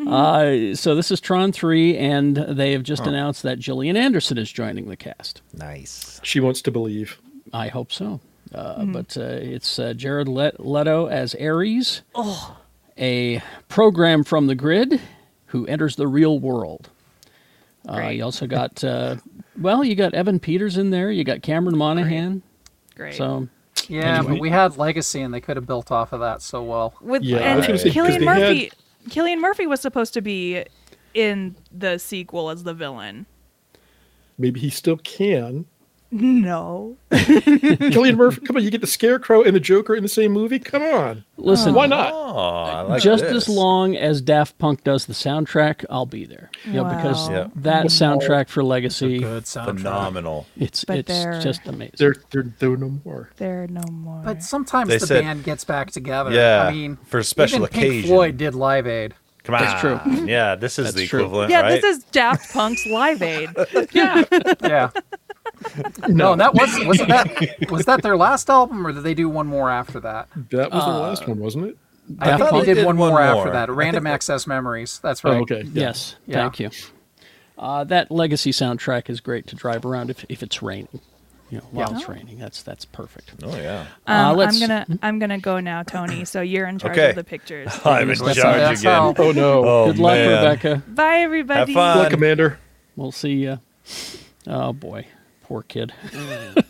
S2: Uh, so this is Tron 3, and they have just announced that Gillian Anderson is joining the cast.
S6: Nice.
S5: She wants to believe.
S2: I hope so. Uh, But uh, it's uh, Jared Let- Leto as Ares, a program from the grid who enters the real world. Uh,
S4: Great.
S2: you also got, uh, well, you got Evan Peters in there. You got Cameron Monaghan.
S4: Great.
S2: So
S3: Yeah,
S5: Anyway.
S3: but we had Legacy, and they could have built off of that so well.
S4: with
S5: Yeah, I
S4: and
S5: was gonna say, 'cause
S4: Killian
S5: they
S4: Murphy. Killian Murphy was supposed to be in the sequel as the villain.
S5: Maybe he still can.
S4: No.
S5: Killian Murphy, come on, you get the Scarecrow and the Joker in the same movie? Come on.
S2: listen,
S5: Why not?
S1: Oh, I like
S2: just
S1: this.
S2: as long as Daft Punk does the soundtrack, I'll be there. Yeah, because
S4: Wow.
S1: Yeah.
S2: that soundtrack for Legacy,
S3: Good soundtrack.
S1: Phenomenal.
S2: it's
S4: But
S2: it's
S4: they're-
S2: just amazing.
S5: They're they're they're no more.
S4: There are no more.
S3: But sometimes
S1: They
S3: the
S1: said-
S3: band gets back together.
S1: Yeah,
S3: I mean,
S1: for special
S3: even Pink
S1: occasion.
S3: Floyd did Live Aid.
S1: Come on.
S2: That's true.
S1: Yeah, this is
S2: That's
S1: the
S2: true.
S1: equivalent,
S4: yeah,
S1: right?
S4: this is Daft Punk's Live Aid. Um,
S3: Yeah,
S5: Uh,
S3: yeah. No, that was wasn't that was that their last album, or did they do one more after that?
S5: That was
S4: Uh,
S5: the last one, wasn't it?
S3: I
S2: Daft
S3: think
S2: Punk
S3: they did one more, after that. Random Access Memories. That's right.
S5: Oh, okay. yeah.
S2: Yes,
S3: Yeah.
S2: thank you. Uh, that legacy soundtrack is great to drive around if, if it's raining. You know, while it's raining, that's that's perfect.
S1: Oh yeah.
S2: Uh,
S4: Um,
S2: let's-
S4: I'm gonna I'm gonna go now, Tony. So you're in charge
S1: Okay.
S4: of the pictures.
S1: I'm in
S3: That's-
S1: charge
S3: that's
S1: again.
S3: how-
S5: Oh no.
S1: Oh,
S2: Good luck,
S1: man.
S2: Rebecca.
S4: Bye everybody.
S1: fun.
S5: Look, Commander.
S2: We'll see you. Oh boy, poor kid.
S1: I'm the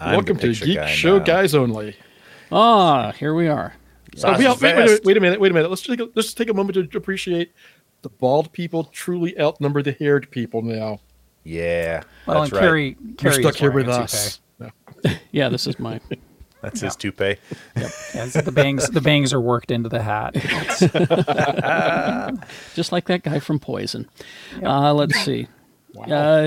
S5: welcome to
S1: picture
S5: Geek
S1: guy
S5: Show
S1: now.
S5: Guys Only.
S2: Ah, here we are.
S5: Oh, we-
S1: Sausage
S5: wait, wait,
S1: fest.
S5: wait, wait a minute. Wait a minute. Let's take a, let's take a moment to appreciate the bald people truly outnumber the haired people now.
S1: Yeah.
S3: Well,
S1: that's
S3: and
S1: right.
S3: Carrie,
S5: You're
S3: Carrie
S5: stuck
S3: is
S5: here
S3: wearing
S5: with
S3: a
S5: us.
S3: toupee.
S5: No.
S2: Yeah, this is my.
S1: That's his toupee.
S3: Yeah, it's- the bangs, the bangs are worked into the hat. It's-
S2: just like that guy from Poison. Uh, let's see. Uh,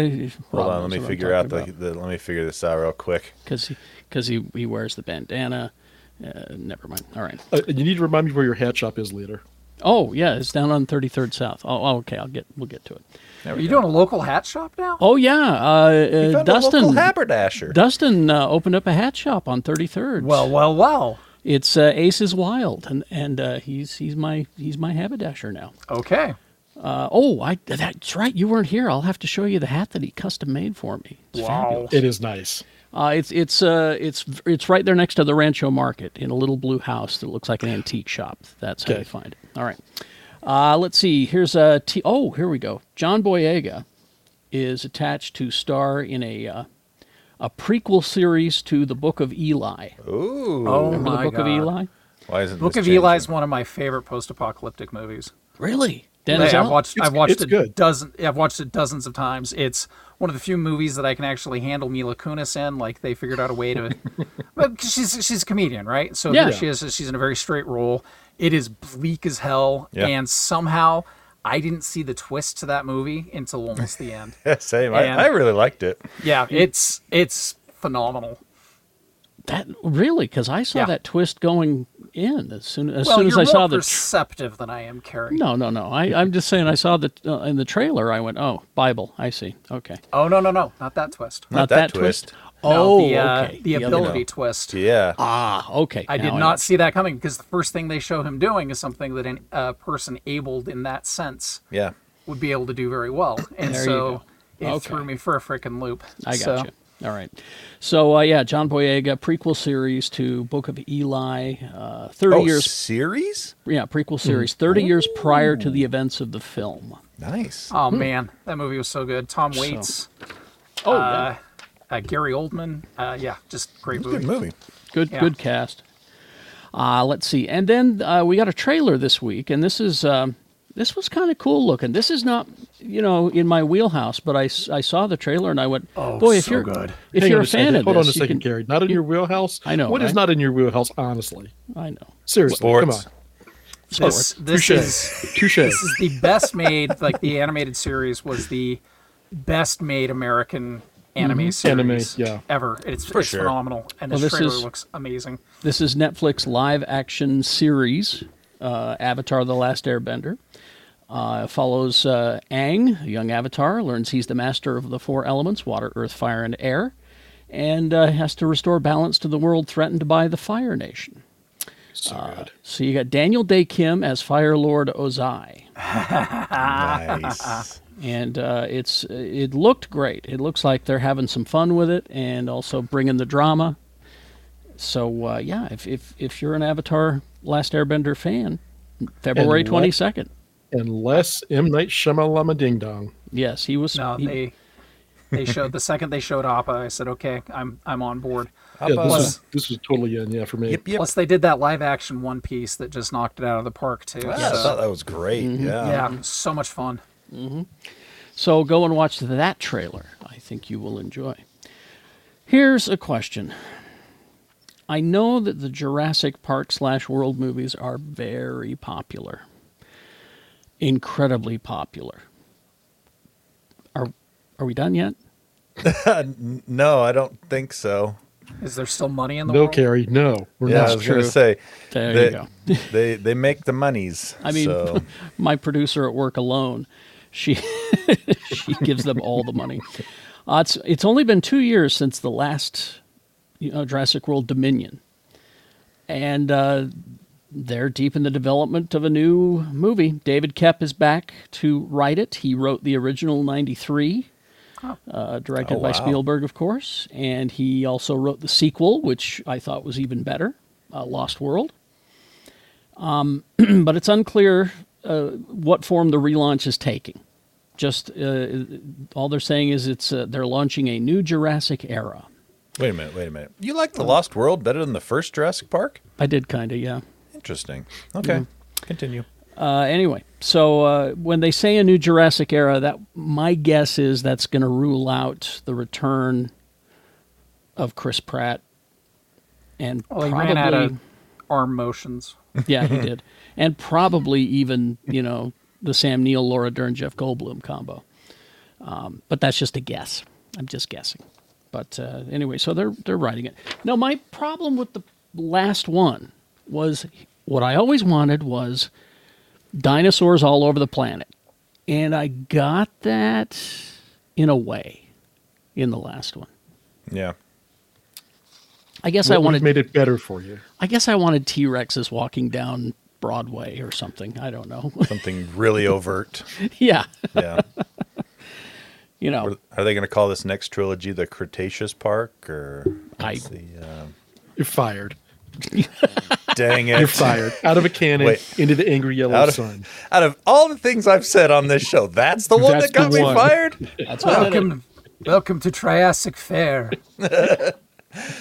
S1: Hold on, let me figure out the, the let me figure this out real quick.
S2: because he because he, he wears the bandana. Uh, never mind. All right.
S5: Uh, you need to remind me where your hat shop is later.
S2: Oh yeah, it's down on 33rd South. Oh, oh, okay. I'll get we'll get to it.
S1: There
S3: Are
S1: we
S3: you
S1: go.
S3: doing a local hat shop now?
S2: Oh yeah,
S1: You
S2: uh, uh,
S1: found a local
S2: Dustin.
S1: haberdasher.
S2: Dustin uh, opened up a hat shop on 33rd.
S3: Well, well, well.
S2: it's uh, Ace is Wild, and and uh, he's he's my he's my haberdasher now.
S3: Okay.
S2: Uh, oh, I that's right. You weren't here. I'll have to show you the hat that he custom made for me. It's
S3: Wow.
S5: It is nice.
S2: Uh, it's it's uh it's it's right there next to the Rancho Market in a little blue house that looks like an antique shop. That's how you
S5: Okay.
S2: find it. All right. Uh, let's see. Here's a t. Oh, here we go. John Boyega is attached to star in a uh, a prequel series to the Book of Eli.
S1: Ooh.
S3: Oh
S2: Remember
S3: my
S2: the Book
S3: god.
S2: of Eli?
S1: Why isn't
S3: Book
S1: this
S3: of Eli is
S1: changing?
S3: one of my favorite post-apocalyptic movies.
S2: Really? Denzel?
S3: Hey, I've watched.
S5: It's-
S3: I've watched
S5: it's
S3: it
S5: good.
S3: dozen. I've watched it dozens of times. It's one of the few movies that I can actually handle Mila Kunis in. Like they figured out a way to, but 'cause she's she's a comedian, right? So
S2: Yeah.
S3: here she is. She's in a very straight role. It is bleak as hell,
S1: Yeah.
S3: and somehow I didn't see the twist to that movie until almost the end.
S1: Yeah, same. I,
S3: And-
S1: I really liked it.
S3: Yeah, it's it's phenomenal.
S2: That really? Because I saw
S3: Yeah.
S2: that twist going in as soon as
S3: well,
S2: soon as
S3: you're
S2: I
S3: more
S2: saw the. tr-
S3: perceptive than I am, Carrie.
S2: no, no, no. I, I'm just saying. I saw the uh, in the trailer. I went, "Oh, Bible. I see. Okay."
S3: Oh no no no, not that twist.
S1: Not that twist.
S2: Oh,
S3: no, the, uh,
S2: okay.
S3: the
S2: other-
S3: ability
S1: No.
S3: twist.
S1: Yeah.
S2: Ah, okay.
S3: I
S2: Now
S3: did not see that coming because the first thing they show him doing is something that an- a person abled in that sense
S1: Yeah.
S3: would be able to do very well, and
S2: There you
S3: so
S2: go.
S3: it
S2: Okay.
S3: threw me for a freaking loop.
S2: I got
S3: So,
S2: you. All right. So uh, yeah, John Boyega prequel series to Book of Eli, uh, thirty
S1: Oh,
S2: years.
S1: series?
S2: Yeah, prequel
S3: hmm.
S2: series, thirty years prior to the events of the film.
S1: Nice.
S3: Oh man, that movie was so good. Tom Waits,
S2: Hmm. Oh,
S3: uh, uh, Gary Oldman, uh, yeah, just great movie.
S1: Good movie.
S2: good,
S3: yeah.
S2: good cast. Uh, let's see, and then uh, we got a trailer this week, and this is um, this was kind of cool looking. This is not, you know, in my wheelhouse, but I, s- I saw the trailer and I went,
S3: Oh,
S2: boy, if
S3: so
S2: you're
S3: good.
S2: if
S5: Hang
S2: you're
S5: on
S2: a fan
S5: second.
S2: of
S5: Hold
S2: this,
S5: on a
S2: you
S5: second,
S2: can-
S5: Gary. Not in your wheelhouse.
S2: I know,
S5: What is
S2: right?
S5: not in your wheelhouse, honestly?
S2: I know.
S5: Seriously.
S1: Sports.
S5: Come
S3: This, this
S5: Touche.
S3: is
S5: on. Touche.
S3: this is the best made like the animated series was the best made American anime
S5: Anime,
S3: series
S5: yeah.
S3: ever. It's,
S1: For
S3: it's
S1: sure.
S3: phenomenal, and
S2: Mm-hmm. Well,
S3: this
S2: this
S3: trailer
S2: is-
S3: looks amazing.
S2: This is Netflix live action series, uh, Avatar The Last Airbender. Uh, follows uh, Aang, a young avatar, learns he's the master of the four elements water, earth, fire, and air, and uh, has to restore balance to the world threatened by the Fire Nation.
S5: So good.
S2: So you got Daniel Day Kim as Fire Lord Ozai,
S1: nice.
S2: and uh, it's it looked great. It looks like they're having some fun with it, and also bringing the drama. So uh, yeah, if, if if you're an Avatar Last Airbender fan, February
S5: what-
S2: twenty second.
S5: Unless M Night Shyamalama Ding Dong.
S2: Yes, he was.
S3: No,
S2: he-
S3: they they showed the second they showed Appa, I said, okay, I'm I'm on board.
S1: How
S5: Yeah, this
S1: about-
S5: was this was totally in yeah for me.
S1: Yep, yep.
S3: Plus, they did that live action One Piece that just knocked it out of the park too.
S1: Wow, Ah, I
S3: so-
S1: thought that was great. Yeah.
S2: Um,
S3: yeah, so much fun.
S2: So go and watch that trailer. I think you will enjoy. Here's a question. I know that the Jurassic Park slash world movies are very popular, incredibly popular. Are are we done yet?
S1: No, I don't think so.
S3: Is there still money in the
S5: No,
S3: world?
S5: Carrie, no. We're
S1: Yeah, I
S5: not.
S1: was going
S2: true.
S1: to say
S2: There
S1: they,
S2: you go.
S1: they they make the monies.
S2: I mean,
S1: so,
S2: my producer at work alone, she she gives them all the money. Uh, it's it's only been two years since the last you know, Jurassic World Dominion, and uh, they're deep in the development of a new movie. David Kep is back to write it. He wrote the original '93. Uh, directed
S1: Oh,
S2: by
S1: wow.
S2: Spielberg, of course, and he also wrote the sequel, which I thought was even better, uh, Lost World but it's unclear uh, what form the relaunch is taking. Just uh, all they're saying is it's uh, they're launching a new Jurassic era.
S1: wait a minute, wait a minute. You like the Lost World better than the first Jurassic Park?
S2: I did kind of, yeah.
S1: Interesting. Okay, continue.
S2: Uh, anyway, so uh, when they say a new Jurassic era, that my guess is that's going to rule out the return of Chris Pratt and
S3: Well, Oh, he
S2: probably
S3: ran out of arm motions.
S2: yeah he did, and probably even you know the Sam Neill, Laura Dern, Jeff Goldblum combo. Um, but that's just a guess. I'm just guessing. But uh, anyway, so they're they're writing it. No, my problem with the last one was what I always wanted was dinosaurs all over the planet, and I got that in a way in the last one.
S1: Yeah.
S2: I guess I
S5: What
S2: wanted
S5: would've made it better for you.
S2: I guess I wanted T Rexes walking down Broadway or something. I don't know.
S1: Something really overt.
S2: yeah,
S1: Yeah.
S2: you
S1: Are
S2: know,
S1: are they going to call this next trilogy the Cretaceous Park or
S2: I
S1: what's the uh,
S5: You're fired.
S1: dang it?
S5: You're fired. Out of a cannon
S1: Wait.
S5: into the angry yellow
S1: Out of-
S5: sun.
S1: Out of all the things I've said on this show, that's the one
S5: That's
S1: that got
S5: the
S1: me
S5: one.
S1: fired.
S2: that's what I did.
S3: Welcome, welcome to Triassic Fair. oh,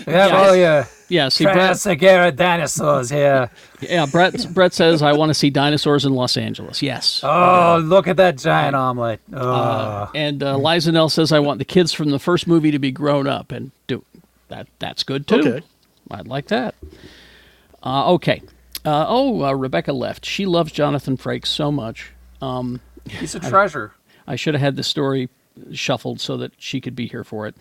S3: we have all your
S2: Yeah, see, Brad,
S3: Triassic era dinosaurs here.
S2: yeah, Brett. Brett says I want to see dinosaurs in Los Angeles. Yes.
S3: Oh, look at that giant omelet. Oh.
S2: And uh, Liza Nell says, "I want the kids from the first movie to be grown up and do that. That's good too.
S5: Okay.
S2: I'd like that." Uh, okay. Uh, oh, uh, Rebecca left. She loves Jonathan Frakes so much. Um,
S3: He's a treasure.
S2: I should have had the story shuffled so that she could be here for it.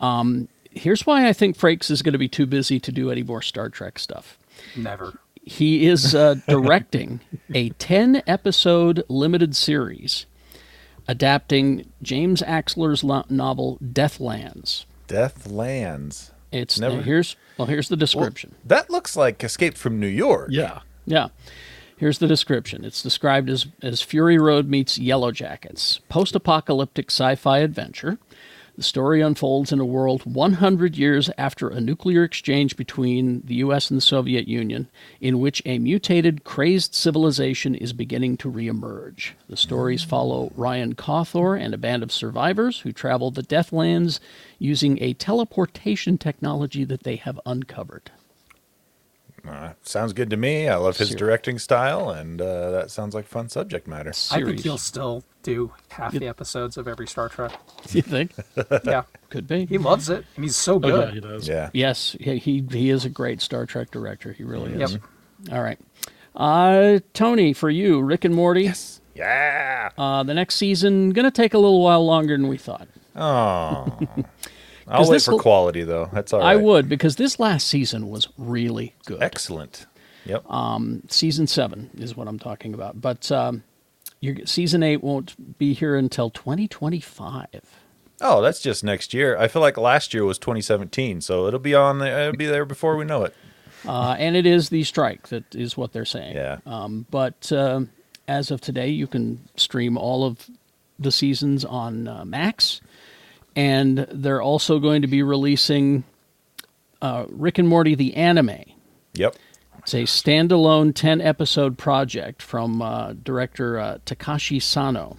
S2: Um, here's why I think Frakes is going to be too busy to do any more Star Trek stuff.
S3: Never.
S2: He is uh, directing a 10 episode limited series adapting James Axler's lo- novel Deathlands.
S1: Deathlands.
S2: It's
S1: Never-
S2: now here's well here's the description.
S1: That looks like Escape from New York.
S5: Yeah.
S2: Yeah. Here's the description. It's described as, as Fury Road meets Yellow Jackets, post apocalyptic sci fi adventure. The story unfolds in a world 100 years after a nuclear exchange between the US and the Soviet Union, in which a mutated, crazed civilization is beginning to reemerge. The stories follow Ryan Cawthor and a band of survivors who travel the Deathlands using a teleportation technology that they have uncovered.
S1: Uh, sounds good to me. I love his
S2: Sure.
S1: directing style, and uh, that sounds like fun subject matter.
S3: I think
S2: Series.
S3: he'll still do half the episodes of every Star Trek.
S2: You think?
S3: Yeah.
S2: Could be.
S3: He loves it, and he's so
S5: Oh, yeah, he
S3: good.
S5: does.
S1: Yeah.
S2: Yes, he he- he is a great Star Trek director. He really is.
S3: Yep.
S2: All right. Uh, Tony, for you, Rick and Morty. Yes.
S1: Yeah.
S2: Uh, the next season gonna take a little while longer than we thought.
S1: Oh.
S2: Is
S1: I'll wait
S2: this
S1: for
S2: l-
S1: quality though. That's all right.
S2: I would because this last season was really good.
S1: Excellent. Yep.
S2: Uh, Season seven is what I'm talking about. But um, your season eight won't be here until 2025.
S1: Oh, that's just next year. I feel like last year was 2017, so it'll be on. The, it'll be there before we know it.
S2: Uh, and it is the strike that is what they're saying.
S1: Yeah.
S2: Um, but um as of today, you can stream all of the seasons on uh, Max, and they're also going to be releasing uh, Rick and Morty the anime.
S1: Yep.
S2: It's a standalone 10 episode project from uh, director uh, Takashi Sano,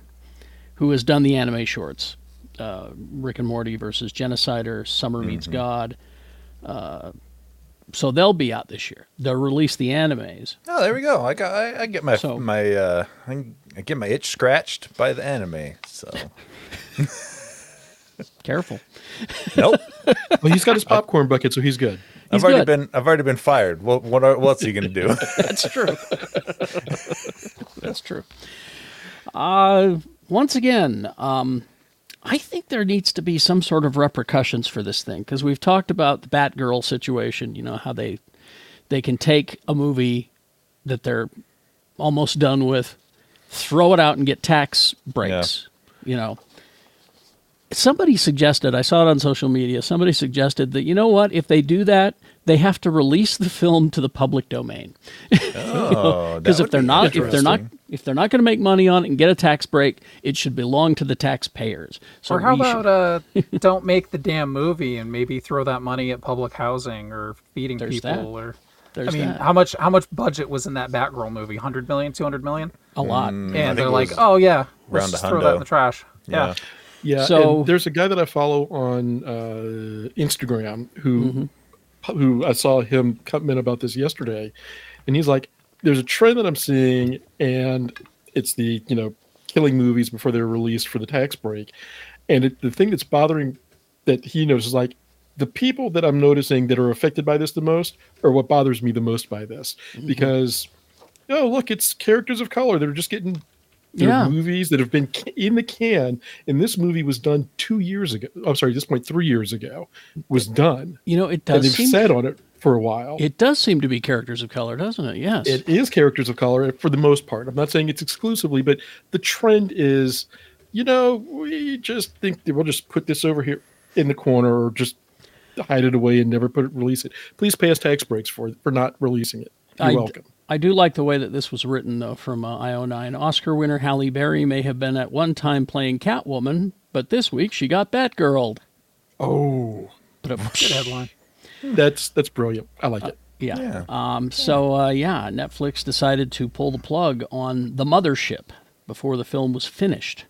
S2: who has done the anime shorts uh, Rick and Morty versus Genocider, Summer Meets God. Uh, so they'll be out this year. They'll release the animes.
S1: Oh, there we go. I got. I, I get my
S2: So-
S1: my. Uh, I, can- I get my itch scratched by the anime. So
S2: Careful.
S1: nope.
S5: Well, he's got his popcorn bucket, so he's good.
S1: I've
S2: He's
S1: already
S2: good.
S1: been. I've already been fired. What what, are, what else are you gonna do?
S2: That's true. That's true. Uh, once again, um, I think there needs to be some sort of repercussions for this thing because we've talked about the Batgirl situation. You know how they they can take a movie that they're almost done with, throw it out and get tax breaks. You know. Somebody suggested, I saw it on social media, somebody suggested that, you know what, if they do that, they have to release the film to the public domain
S1: Oh,
S2: because
S1: that
S2: if
S1: would
S2: they're
S1: be
S2: not if they're not
S1: interesting.
S2: if they're not going to make money on it and get a tax break it should belong to the taxpayers so
S3: or how
S2: we should-
S3: about uh, don't make the damn movie and maybe throw that money at public housing or feeding
S2: There's
S3: people
S2: that.
S3: or
S2: there's
S3: I mean,
S2: that.
S3: how much how much budget was in that Batgirl movie? 100 million, 200 million?
S2: a lot
S5: Mm.
S1: I think
S3: And they're
S1: it
S3: like,
S1: was
S3: "Oh yeah,
S1: around
S3: let's
S1: a
S3: just throw that
S1: hundo.
S3: in the trash." Yeah.
S1: Yeah.
S2: So-
S5: Yeah. So there's a guy that I follow on uh, Instagram who who I saw him comment about this yesterday, and he's like, "There's a trend that I'm seeing, and it's the you know killing movies before they're released for the tax break, and it, the thing that's bothering that he knows is like." The people that I'm noticing that are affected by this the most are what bothers me the most by this because, oh, look, it's characters of color that are just getting they're
S2: Yeah.
S5: movies that have been ca- in the can, and this movie was done two years ago. I'm sorry, at this point three years ago was done,
S2: you know it
S5: and
S2: does
S5: they've
S2: seem
S5: sat on it for a while.
S2: it does seem to be characters of color doesn't it yes
S5: it is characters of color for the most part. I'm not saying it's exclusively, but the trend is, you know, we just think that we'll just put this over here in the corner or just hide it away and never put it, release it. Please pay us tax breaks for for not releasing it. You're
S2: I,
S5: welcome.
S2: I do like the way that this was written, though, from uh, IO9. Oscar winner Halle Berry may have been at one time playing Catwoman, but this week she got Batgirled.
S5: Oh,
S2: But
S3: Good headline.
S5: that's that's brilliant. I like it.
S2: Yeah.
S1: Yeah.
S2: Um, so, uh, yeah, Netflix decided to pull the plug on The Mothership before the film was finished.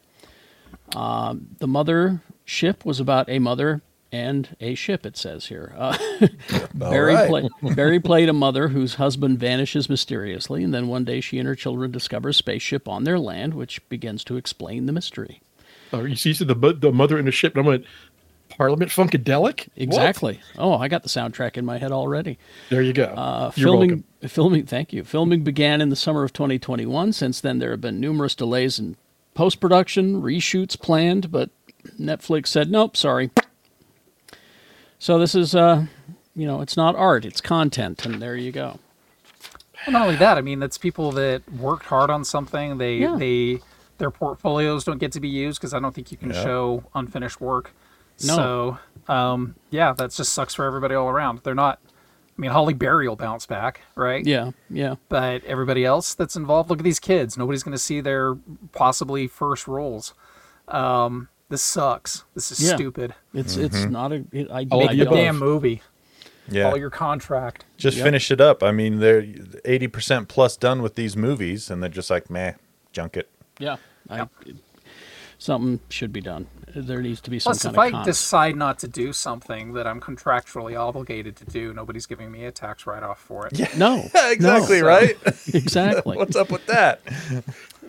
S2: Um, the Mothership was about a mother and a ship, it says here. Uh,
S1: All
S2: Barry,
S1: right.
S2: pla- Barry played a mother whose husband vanishes mysteriously, and then one day she and her children discover a spaceship on their land, which begins to explain the mystery.
S5: Oh, you see, you said the mo- the mother in the ship, and I went Parliament Funkadelic. What?
S2: Exactly. Oh, I got the soundtrack in my head already.
S5: There you go.
S2: Uh,
S5: You're
S2: filming,
S5: welcome.
S2: filming. Thank you. Filming began in the summer of 2021. Since then, there have been numerous delays in post-production, reshoots planned, but Netflix said nope. Sorry. So this is, uh, you know, it's not art; it's content, and there you go.
S3: And not only that, I mean, that's people that worked hard on something. They
S2: Yeah.
S3: they their portfolios don't get to be used because I don't think you can
S1: Yeah.
S3: show unfinished work.
S2: No.
S3: So um, yeah, that just sucks for everybody all around. They're not. I mean, Holly Berry will bounce back, right?
S2: Yeah, yeah.
S3: But everybody else that's involved, look at these kids. Nobody's going to see their possibly first roles. Um, this sucks. This is
S2: Yeah.
S3: stupid.
S2: It's it's not a. It, I,
S5: All
S2: I
S3: Make
S5: the
S3: a
S2: don't-
S5: above.
S3: damn movie.
S1: Yeah.
S3: All your contract.
S1: just
S2: Yep.
S1: finish it up. I mean, they're eighty percent plus done with these movies, and they're just like, meh, junk it.
S2: Yeah, I, something should be done. There needs to be some
S3: Plus,
S2: kind of.
S3: if I
S2: cons.
S3: decide not to do something that I'm contractually obligated to do, nobody's giving me a tax write-off for it. Yeah.
S2: no,
S1: exactly
S3: So-
S1: right.
S2: no, exactly.
S1: What's up with that?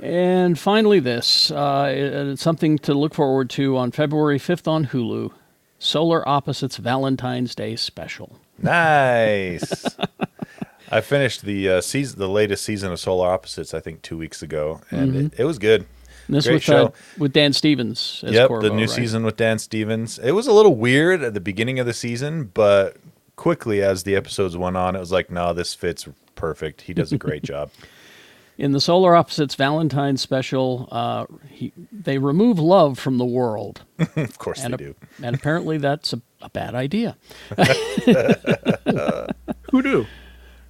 S2: And finally, this uh, it's something to look forward to on February 5th on Hulu Solar Opposites Valentine's Day Special.
S1: Nice. I finished the uh, season, the latest season of Solar Opposites, I think, two weeks ago, and it, it was good.
S2: And this
S1: Great
S2: with, uh,
S1: show.
S2: with Dan Stevens as
S1: yep,
S2: Corvo,
S1: the new
S2: right?
S1: season with Dan Stevens. It was a little weird at the beginning of the season, but quickly as the episodes went on, it was like, no, this fits perfect. He does a great job.
S2: In the Solar Opposites Valentine special, uh, he, they remove love from the world.
S1: of course
S2: And,
S1: they
S2: ap-
S1: do.
S2: and apparently that's a, a bad idea.
S5: Who do?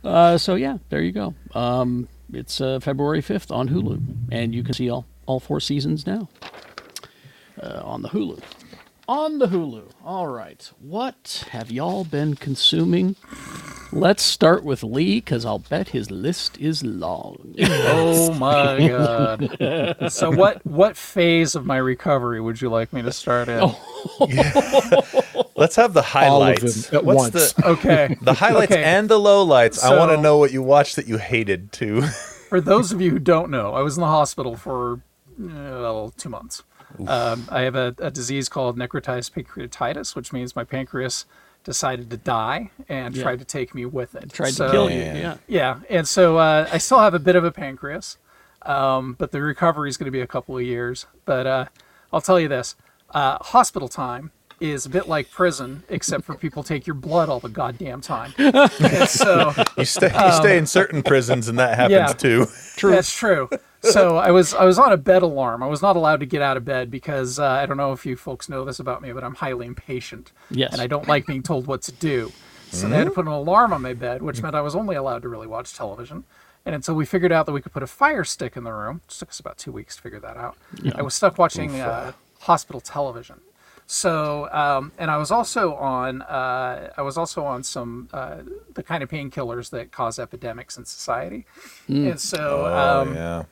S2: Uh, so yeah, there you go. Um, it's uh, February 5th on Hulu, and you can see all, all four seasons now uh, on the Hulu. On the Hulu. All right. What have y'all been consuming? Let's start with Lee, because I'll bet his list is long.
S3: Oh my god! So what what phase of my recovery would you like me to start in?
S2: Oh.
S1: Let's have the
S5: All of
S1: highlights.
S5: them at
S1: What's
S5: once.
S1: the
S3: Okay.
S1: the highlights
S3: Okay.
S1: and the lowlights? I want to
S3: So-
S1: know what you watched that you hated too.
S3: For those of you who don't know, I was in the hospital for uh, well, two months. Um, I have a, a disease called necrotized pancreatitis, which means my pancreas decided to die and
S2: Yeah.
S3: tried to take me with it.
S2: Tried
S3: So-
S2: to kill you.
S1: Yeah.
S2: Yeah.
S3: Yeah, and so uh, I still have a bit of a pancreas, um, but the recovery is going to be a couple of years. But uh, I'll tell you this: uh, hospital time is a bit like prison, except for people take your blood all the goddamn time. and so
S1: you stay you stay in certain prisons and that happens
S3: yeah.
S1: too.
S3: That's true. So I was I was on a bed alarm. I was not allowed to get out of bed because uh, I don't know if you folks know this about me, but I'm highly impatient.
S2: Yes.
S3: And I don't like being told what to do. So they had to put an alarm on my bed, which meant I was only allowed to really watch television. And until we figured out that we could put a fire stick in the room, which took us about two weeks to figure that out. I was stuck watching uh, hospital television. So, um, and I was also on, uh, I was also on some uh, the kind of painkillers that cause epidemics in society, and so
S1: Oh,
S3: um,
S1: yeah.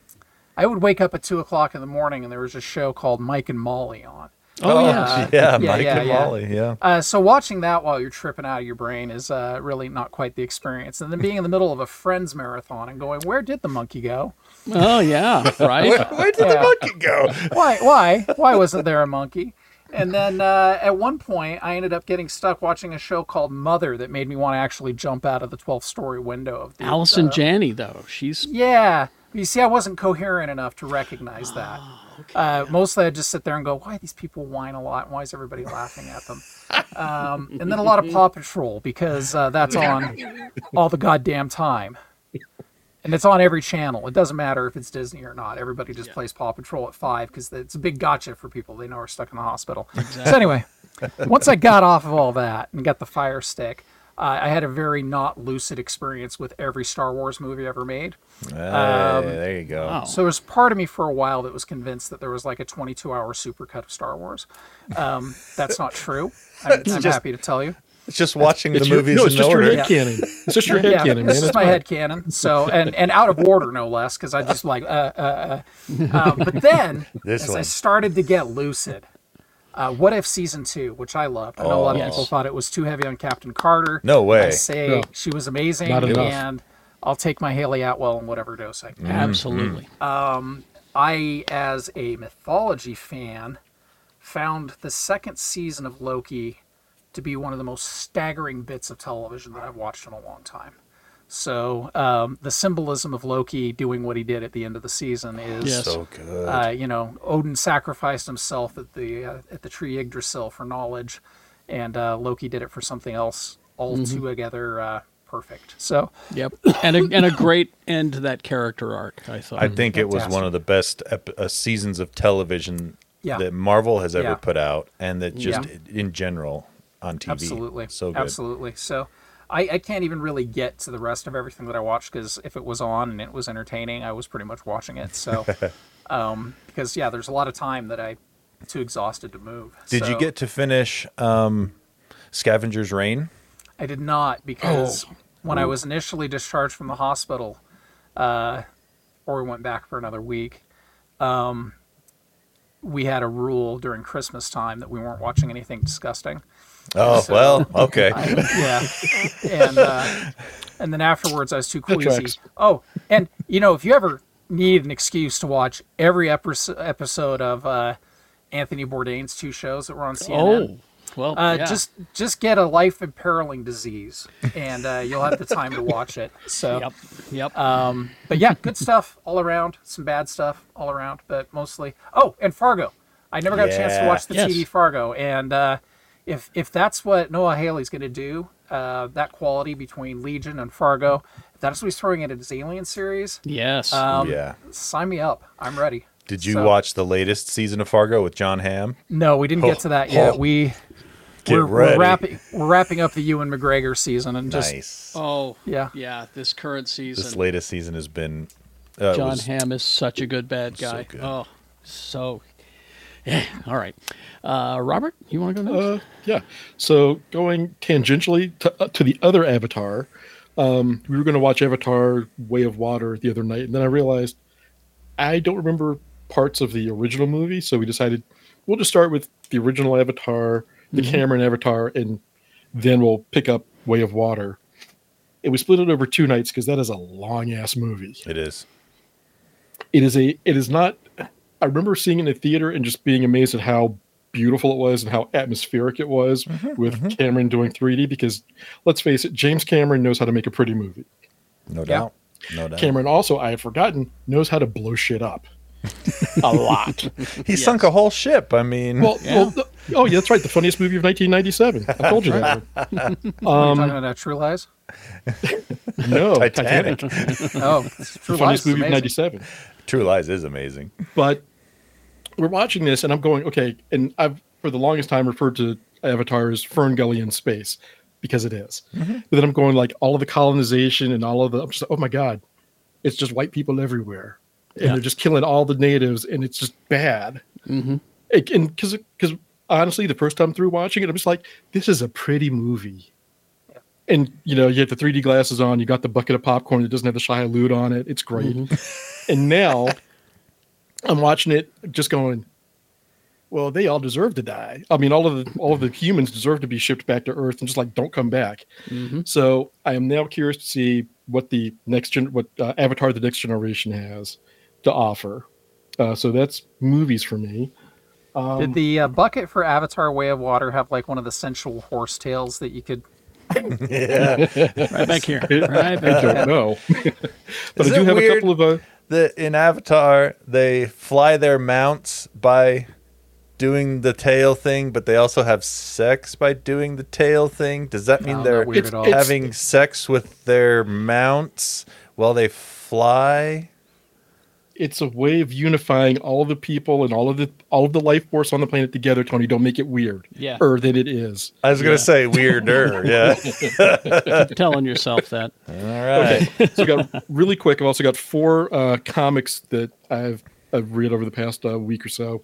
S3: I would wake up at two o'clock in the morning, and there was a show called Mike and Molly on.
S2: Oh, yeah.
S3: uh,
S1: yeah,
S3: yeah,
S1: Mike
S3: yeah,
S1: and
S3: yeah.
S1: Molly. Yeah.
S3: Uh, so watching that while you're tripping out of your brain is uh, really not quite the experience. And then being in the middle of a friends marathon and going, "Where did the monkey go?
S2: Oh, yeah.
S1: Where,
S2: Right.
S1: where did
S3: Yeah.
S1: the monkey go?
S3: Why? Why? Why wasn't there a monkey?" And then uh, at one point, I ended up getting stuck watching a show called Mother that made me want to actually jump out of the 12 story window of the
S2: Allison Janney, though. She's.
S3: Yeah. You see, I wasn't coherent enough to recognize that. uh, Mostly, I just sit there and go, "Why do these people whine a lot? Why is everybody laughing at them?" Um, and then a lot of Paw Patrol because uh, that's on all the goddamn time, and it's on every channel. It doesn't matter if it's Disney or not. Everybody just plays Paw Patrol at five because it's a big gotcha for people. They know are stuck in the hospital. So anyway, once I got off of all that and got the fire stick. Uh, I had a very not lucid experience with every Star Wars movie ever made.
S1: Hey, there you go.
S2: Wow.
S3: So there was part of me for a while that was convinced that there was like a 22 hour supercut of Star Wars. Um, that's not true. I'm, I'm happy to tell you.
S1: It's just watching the
S5: It's your-
S1: movies
S5: no,
S1: in
S5: it's just
S1: order.
S5: your head cannon. It's just your head
S3: Yeah,
S5: cannon, man.
S3: this is
S5: It's
S3: my
S5: fine.
S3: head cannon. So and and out of order no less because I just like uh uh. uh. Um, but then
S1: This
S3: as I
S1: one.
S3: started to get lucid, uh, what if season two, which I loved. I know a lot of
S2: Oh.
S3: people thought it was too heavy on Captain Carter.
S1: No way.
S3: I say
S5: No.
S3: she was amazing,
S5: Not enough.
S3: and I'll take my Haley Atwell in whatever dose I can.
S2: Absolutely.
S3: I, as a mythology fan, found the second season of Loki to be one of the most staggering bits of television that I've watched in a long time. So um, the symbolism of Loki doing what he did at the end of the season is
S2: Yes.
S1: So good.
S3: uh, you know, Odin sacrificed himself at the uh, at the tree Yggdrasil for knowledge, and uh, Loki did it for something else. All
S1: Mm-hmm.
S3: together, uh, perfect. So
S2: Yep. And a, and a great end to that character arc, I thought.
S1: I think it was one
S3: Mm-hmm. Fantastic.
S1: of the best ep- uh, seasons of television
S3: Yeah.
S1: that Marvel has ever
S3: Yeah.
S1: put out, and that just
S3: Yeah.
S1: in general on TV.
S3: Absolutely.
S1: so good.
S3: Absolutely. So I, I can't even really get to the rest of everything that I watched because if it was on and it was entertaining, I was pretty much watching it. So, um, because yeah, there's a lot of time that I too exhausted to move.
S1: Did you
S3: So
S1: get to finish um, Scavenger's Reign?
S3: I did not because
S1: Oh.
S3: when I was initially discharged from the hospital, uh, or we went back for another week, um, we had a rule during Christmas time that we weren't watching anything disgusting.
S1: Oh
S3: So-
S1: well, okay.
S3: yeah. And uh, and then afterwards, I was too queasy.
S5: tracks.
S3: Oh, and you know, if you ever need an excuse to watch every epis episode of uh, Anthony Bourdain's two shows that were on CNN,
S2: Oh, well,
S3: uh,
S2: yeah.
S3: just just get a life imperiling disease, and uh, you'll have the time to watch it. So,
S2: Yep. Yep.
S3: um, but yeah, good stuff all around. Some bad stuff all around, but mostly. Oh, and Fargo. I never got a chance to
S1: Yeah.
S3: watch the
S2: Yes.
S3: TV Fargo, and uh, if if that's what Noah Haley's going to do, uh, that quality between Legion and Fargo, if that's what he's throwing into his Alien series,
S2: Yes.
S3: um,
S1: yeah.
S3: sign me up. I'm ready.
S1: Did you
S3: So-
S1: watch the latest season of Fargo with John Hamm?
S3: No, we didn't get to that yet.
S1: Oh.
S3: We
S1: Get
S3: we're,
S1: ready.
S3: we're wrapping we're wrapping up the Ewan McGregor season and just
S1: nice.
S2: oh,
S3: yeah.
S2: yeah. This current season,
S1: This latest season has been. Uh,
S2: John
S1: was-
S2: Hamm is such a good bad
S1: so
S2: guy.
S1: good.
S2: Oh, so. Yeah. All right. Uh, Robert, you want to go next?
S5: Uh, yeah. So going tangentially to, uh, to the other Avatar, um, we were going to watch Avatar: Way of Water the other night, and then I realized I don't remember parts of the original movie, so we decided we'll just start with the original Avatar, the Cameron Avatar, and then we'll pick up Way of Water. And we split it over two nights because that is a long ass movie
S1: It is.
S5: it is a it is not i remember seeing it in a theater and just being amazed at how beautiful it was and how atmospheric it was with cameron doing 3d because let's face it james cameron knows how to make a pretty movie
S1: No doubt. No doubt.
S5: cameron also i have forgotten knows how to blow shit up a lot
S1: He sunk a whole ship. I mean,
S5: well, well th- oh yeah that's right the funniest movie of 1997 i told you that
S3: Are you
S5: Um,
S3: talking about True Lies?
S5: no
S1: Titanic.
S3: Oh, True
S5: the
S3: Lies
S5: funniest
S3: is
S5: movie of
S3: amazing.
S5: 97
S1: True Lies is amazing.
S5: but we're watching this and I'm going, okay, and I've for the longest time referred to Avatar as Fern Gully in space because it is. But then I'm going like all of the colonization and all of the I'm just oh my God, it's just white people everywhere. And
S2: Yeah.
S5: they're just killing all the natives and it's just bad.
S2: Mm-hmm,
S5: It, and because because honestly, the first time through watching it, I'm just like, this is a pretty movie. And you know, you have the 3D glasses on, you got the bucket of popcorn that doesn't have the Shia Lude on it. It's great. And now I'm watching it, just going, well, they all deserve to die. I mean, all of the all of the humans deserve to be shipped back to Earth and just like don't come back.
S2: mm-hmm.
S5: So I am now curious to see what the next gen, what uh, Avatar: The Next Generation has to offer. Uh, so that's movies for me. Um,
S3: Did the uh, bucket for Avatar: Way of Water have like one of the sensual horse tails that you could?
S2: right back here. Right back here.
S5: I don't know, but
S1: Is
S5: I do
S1: it
S5: have
S1: weird?
S5: a couple of. Uh,
S1: The, in Avatar, they fly their mounts by doing the tail thing, but they also have sex by doing the tail thing. Does that mean
S3: No,
S1: they're
S3: not weird at all. It's-
S1: having sex with their mounts while they fly?
S5: it's a way of unifying all of the people and all of the all of the life force on the planet together. Tony, don't make it weird.
S2: Yeah.
S5: or that it is.
S1: I was gonna say weirder, yeah.
S2: Keep telling yourself that.
S1: All right.
S5: so I got really quick. I've also got four uh, comics that I've I've read over the past uh, week or so.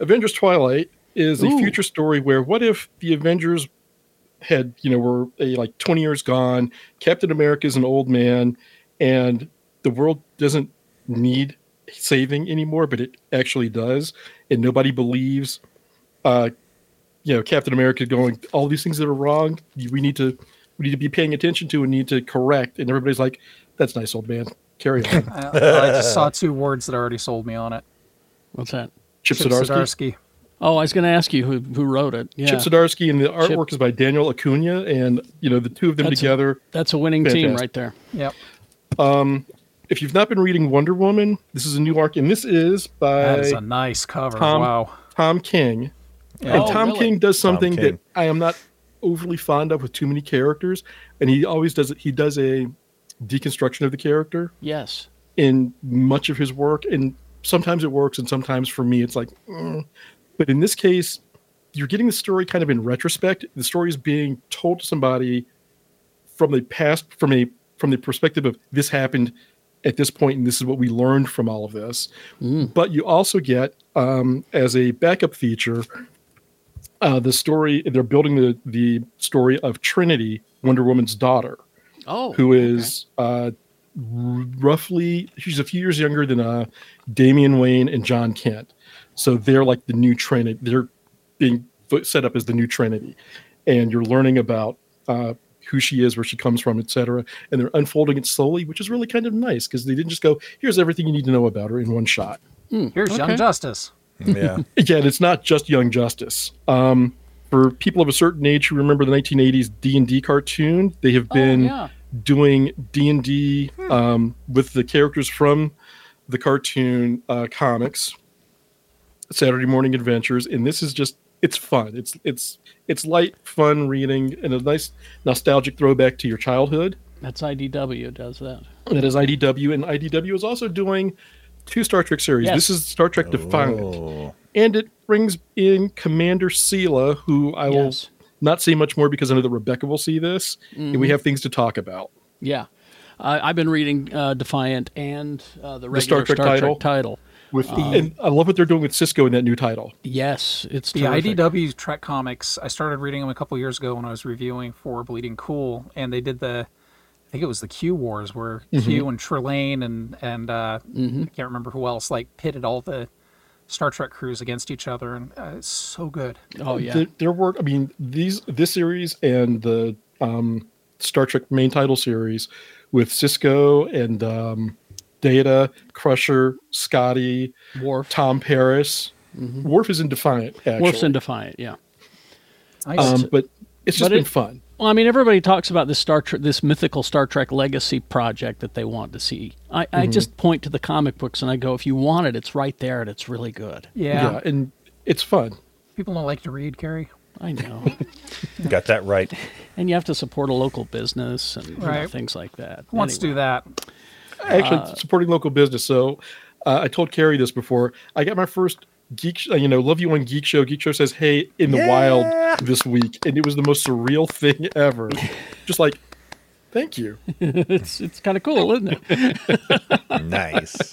S5: Avengers Twilight is a
S2: Ooh.
S5: future story where what if the Avengers had you know were a, like twenty years gone. Captain America is an old man, and the world doesn't need saving anymore, but it actually does, and nobody believes. Uh, you know, Captain America going all these things that are wrong. We need to we need to be paying attention to and need to correct. And everybody's like, "That's nice, old man. Carry on."
S3: I, I just saw two words that already sold me on it.
S2: What's that?
S5: Chip
S3: Chip
S5: Zdarsky.
S3: Zdarsky.
S2: Oh, I was going to ask you who who wrote it. Yeah.
S5: Chip Zdarsky, and the artwork
S2: Chip-
S5: is by Daniel Acuna, and you know the two of them
S2: That's a-
S5: together.
S2: That's a winning team
S5: Fantastic.
S2: right there.
S3: Yep.
S5: If you've not been reading Wonder Woman, this is a new arc, and this is by
S3: That is a nice cover.
S5: Uh, Tom-
S3: wow.
S5: Tom King.
S3: Yeah.
S5: and Tom
S2: really?
S5: King does something
S1: King.
S5: that I am not overly fond of with too many characters, and he always does it. He does a deconstruction of the character
S2: Yes.
S5: in much of his work, and sometimes it works, and sometimes for me it's like. "Mm." But in this case, you're getting the story kind of in retrospect. The story is being told to somebody from the past, from a from the perspective of this happened at this point, and this is what we learned from all of this.
S2: Mm.
S5: But you also get um, as a backup feature uh, the story. They're building the the story of Trinity, Wonder Woman's daughter
S2: Oh.
S5: who is uh, r- roughly she's a few years younger than uh, Damian Wayne and John Kent. So they're like the new Trinity. They're being fo- set up as the new Trinity, and you're learning about uh, who she is, where she comes from, etc. And they're unfolding it slowly, which is really kind of nice because they didn't just go, "Here's everything you need to know about her" in one shot.
S3: Here's
S2: okay.
S3: Young Justice.
S1: Yeah.
S5: Again, it's not just Young Justice. Um, for people of a certain age who remember the 1980s D&D cartoon, they have
S2: Oh,
S5: been
S2: yeah.
S5: doing D and D
S2: Hmm.
S5: um, with the characters from the cartoon uh, comics, Saturday Morning Adventures, and this is just it's fun. It's it's it's light, fun reading, and a nice nostalgic throwback to your childhood.
S2: That's IDW does that.
S5: That is IDW, and IDW is also doing two Star Trek series.
S2: Yes.
S5: This is Star Trek Defiant,
S1: Oh.
S5: and it brings in Commander Sela, who I will
S2: Yes.
S5: not see much more because I know that Rebecca will see this, and
S2: Mm-hmm.
S5: we have things to talk about.
S2: Yeah. Uh, I've been reading uh, Defiant and uh, the regular
S5: Star Trek title?
S2: title.
S5: With Uh, and I love what they're doing with Cisco in that new title.
S2: Yes, it's
S3: The
S2: terrific.
S3: IDW Trek comics, I started reading them a couple years ago when I was reviewing for Bleeding Cool, and they did the, I think it was the Q Wars where Q and Trelane and and uh, I
S2: Mm-hmm.
S3: can't remember who else like pitted all the Star Trek crews against each other, and uh, it's so good.
S2: Oh yeah.
S5: There, there were, I mean, these this series and the um, Star Trek main title series with Cisco and um, Data, Crusher, Scotty,
S2: Worf.
S5: Tom Paris. Wharf is in Defiant. Actually.
S2: Mm-hmm. Worf's in Defiant. Yeah.
S3: Nice.
S5: Um, but it's just
S2: But it-
S5: been fun.
S2: Well, I mean, everybody talks about this Star Trek, this mythical Star Trek legacy project that they want to see. I, I just point to the comic books and I go, if you want it, it's right there and it's really good.
S3: yeah,
S5: and it's fun.
S3: people don't like to read, Carrie.
S2: I know.
S1: Got that right.
S2: and you have to support a local business and you know,
S3: Right.
S2: things like that.
S3: Who wants to do that?
S5: Actually, supporting local business. So uh, I told Carrie this before. I got my first geek, sh- you know, love you on Geek Show. Geek Show says, "Hey, in the wild this week," and it was the most surreal thing ever. just like, thank you.
S2: It's, it's kind of cool, isn't it?
S1: nice.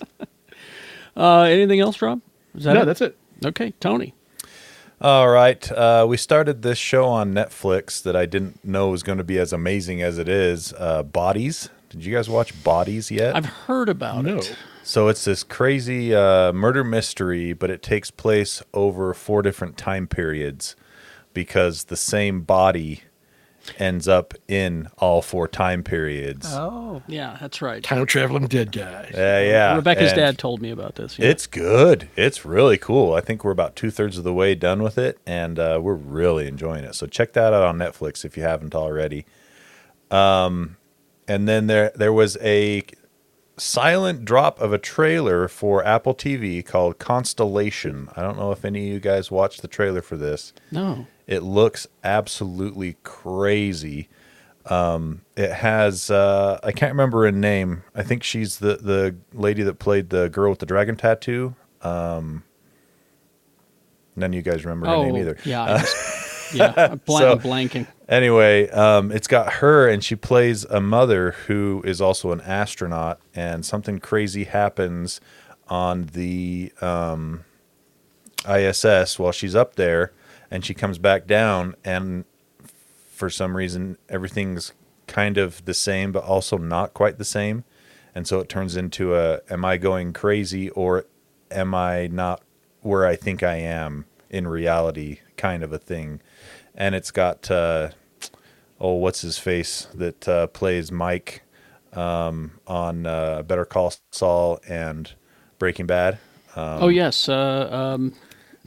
S2: Uh, anything else, Rob? Is that
S5: no,
S2: it?
S5: that's it.
S2: okay, Tony.
S1: All right. Uh, we started this show on Netflix that I didn't know was going to be as amazing as it is. Uh, Bodies. Did you guys watch Bodies yet?
S2: I've heard about
S5: No,
S2: it.
S1: So it's this crazy uh, murder mystery, but it takes place over four different time periods because the same body ends up in all four time periods.
S3: Oh,
S2: Yeah, that's right.
S5: time traveling dead guy.
S1: Yeah, yeah.
S2: Rebecca's
S1: And
S2: dad told me about this. yeah.
S1: It's good. It's really cool. I think we're about two thirds of the way done with it, and uh, we're really enjoying it. So check that out on Netflix if you haven't already. Um, and then there there was a silent drop of a trailer for Apple TV called Constellation. I don't know if any of you guys watched the trailer for this.
S2: no.
S1: It looks absolutely crazy. Um, it has uh, I can't remember her name. I think she's the the lady that played the girl with the dragon tattoo. Um, none of you guys remember her name either.
S2: Oh,
S1: Uh,
S2: yeah, I just- yeah. I'm blank,
S1: So-
S2: blanking.
S1: Anyway, um, it's got her, and she plays a mother who is also an astronaut, and something crazy happens on the um, ISS while she's up there, and she comes back down, and for some reason, everything's kind of the same, but also not quite the same. And so it turns into a am I going crazy or am I not where I think I am in reality kind of a thing. And it's got, uh, oh, what's his face that uh, plays Mike um, on uh, Better Call Saul and Breaking Bad?
S2: oh yes. Uh, um,
S1: um,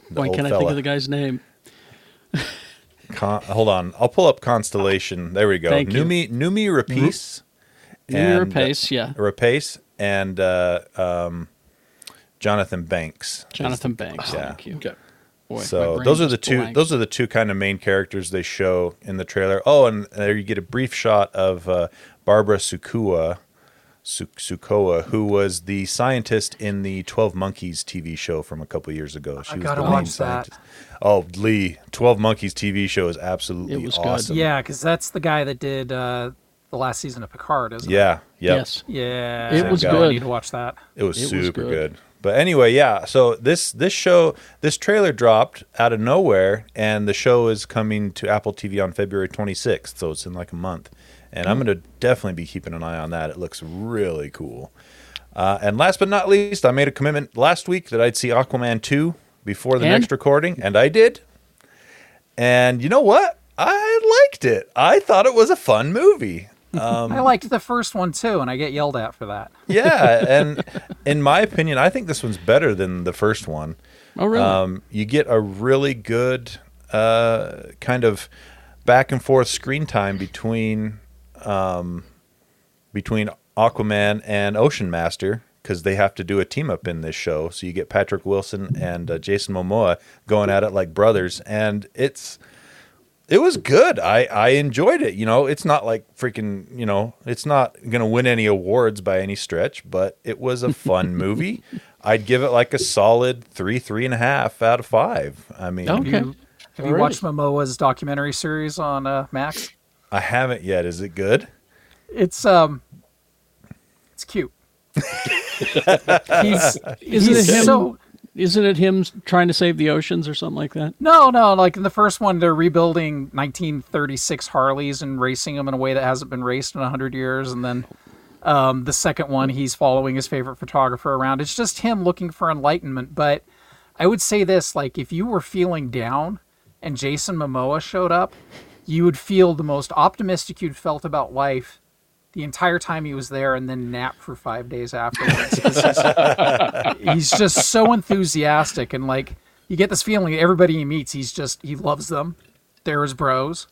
S1: The
S2: why
S1: old
S2: can't I think
S1: fella.
S2: of the guy's name?
S1: Con- hold on. I'll pull up Constellation. There we go.
S2: Thank you.
S1: Numi, Numi Rapace.
S2: Numi
S1: and, uh,
S2: Rapace, yeah.
S1: Rapace and uh, um, Jonathan Banks.
S2: Jonathan Banks.
S1: yeah.
S2: Thank you.
S5: Okay.
S2: Boy, my
S1: So
S2: brain
S1: those are the
S2: just
S1: two.
S2: blanked.
S1: Those are the two kind of main characters they show in the trailer. Oh, and there you get a brief shot of uh, Barbara Sukua, Su- Sukoa, who was the scientist in the Twelve Monkeys TV show from a couple years ago. She
S3: I
S1: was
S3: gotta
S1: the main
S3: watch that.
S1: scientist. Oh, Lee, Twelve Monkeys TV show is absolutely
S2: was good.
S1: awesome.
S3: yeah, because that's the guy that did uh, the last season of Picard, isn't it?
S1: yeah, yep.
S2: Yes.
S3: Yeah,
S2: It
S1: was
S3: I
S2: good.
S3: need to watch that.
S1: It was
S2: It was
S1: super
S2: good.
S1: good. But anyway, yeah. So this this show this trailer dropped out of nowhere, and the show is coming to Apple TV on February 26th. So it's in like a month, and
S2: Hmm.
S1: I'm gonna definitely be keeping an eye on that. It looks really cool. Uh, and last but not least, I made a commitment last week that I'd see Aquaman 2 before the
S2: And?
S1: next recording, and I did. And you know what? I liked it. I thought it was a fun movie.
S3: I liked the first one too, and I get yelled at for that.
S1: yeah, and in my opinion, I think this one's better than the first one.
S2: Oh really?
S1: Um, you get a really good uh, kind of back and forth screen time between um, between Aquaman and Ocean Master because they have to do a team up in this show. So you get Patrick Wilson and uh, Jason Momoa going at it like brothers, and it's it was good. I I enjoyed it. You know, it's not like freaking. You know, it's not gonna win any awards by any stretch, but it was a fun movie. I'd give it like a solid three, three and a half out of five. I mean,
S2: Okay.
S3: You-
S2: Oh,
S3: Have you
S5: Alrighty.
S3: watched Momoa's documentary series on uh, Max?
S1: I haven't yet. Is it good?
S3: It's um, it's cute. he's
S2: Isn't
S3: he's
S2: it him?
S3: so
S2: Isn't it him trying to save the oceans or something like that?
S3: no no like in the first one they're rebuilding 1936 Harleys and racing them in a way that hasn't been raced in 100 years and then um, the second one he's following his favorite photographer around it's just him looking for enlightenment but I would say this like if you were feeling down and Jason Momoa showed up you would feel the most optimistic you'd felt about life the entire time he was there and then nap for five days afterwards. 'Cause he's, he's just so enthusiastic and like you get this feeling that everybody he meets, he's just he loves them. They're his bros.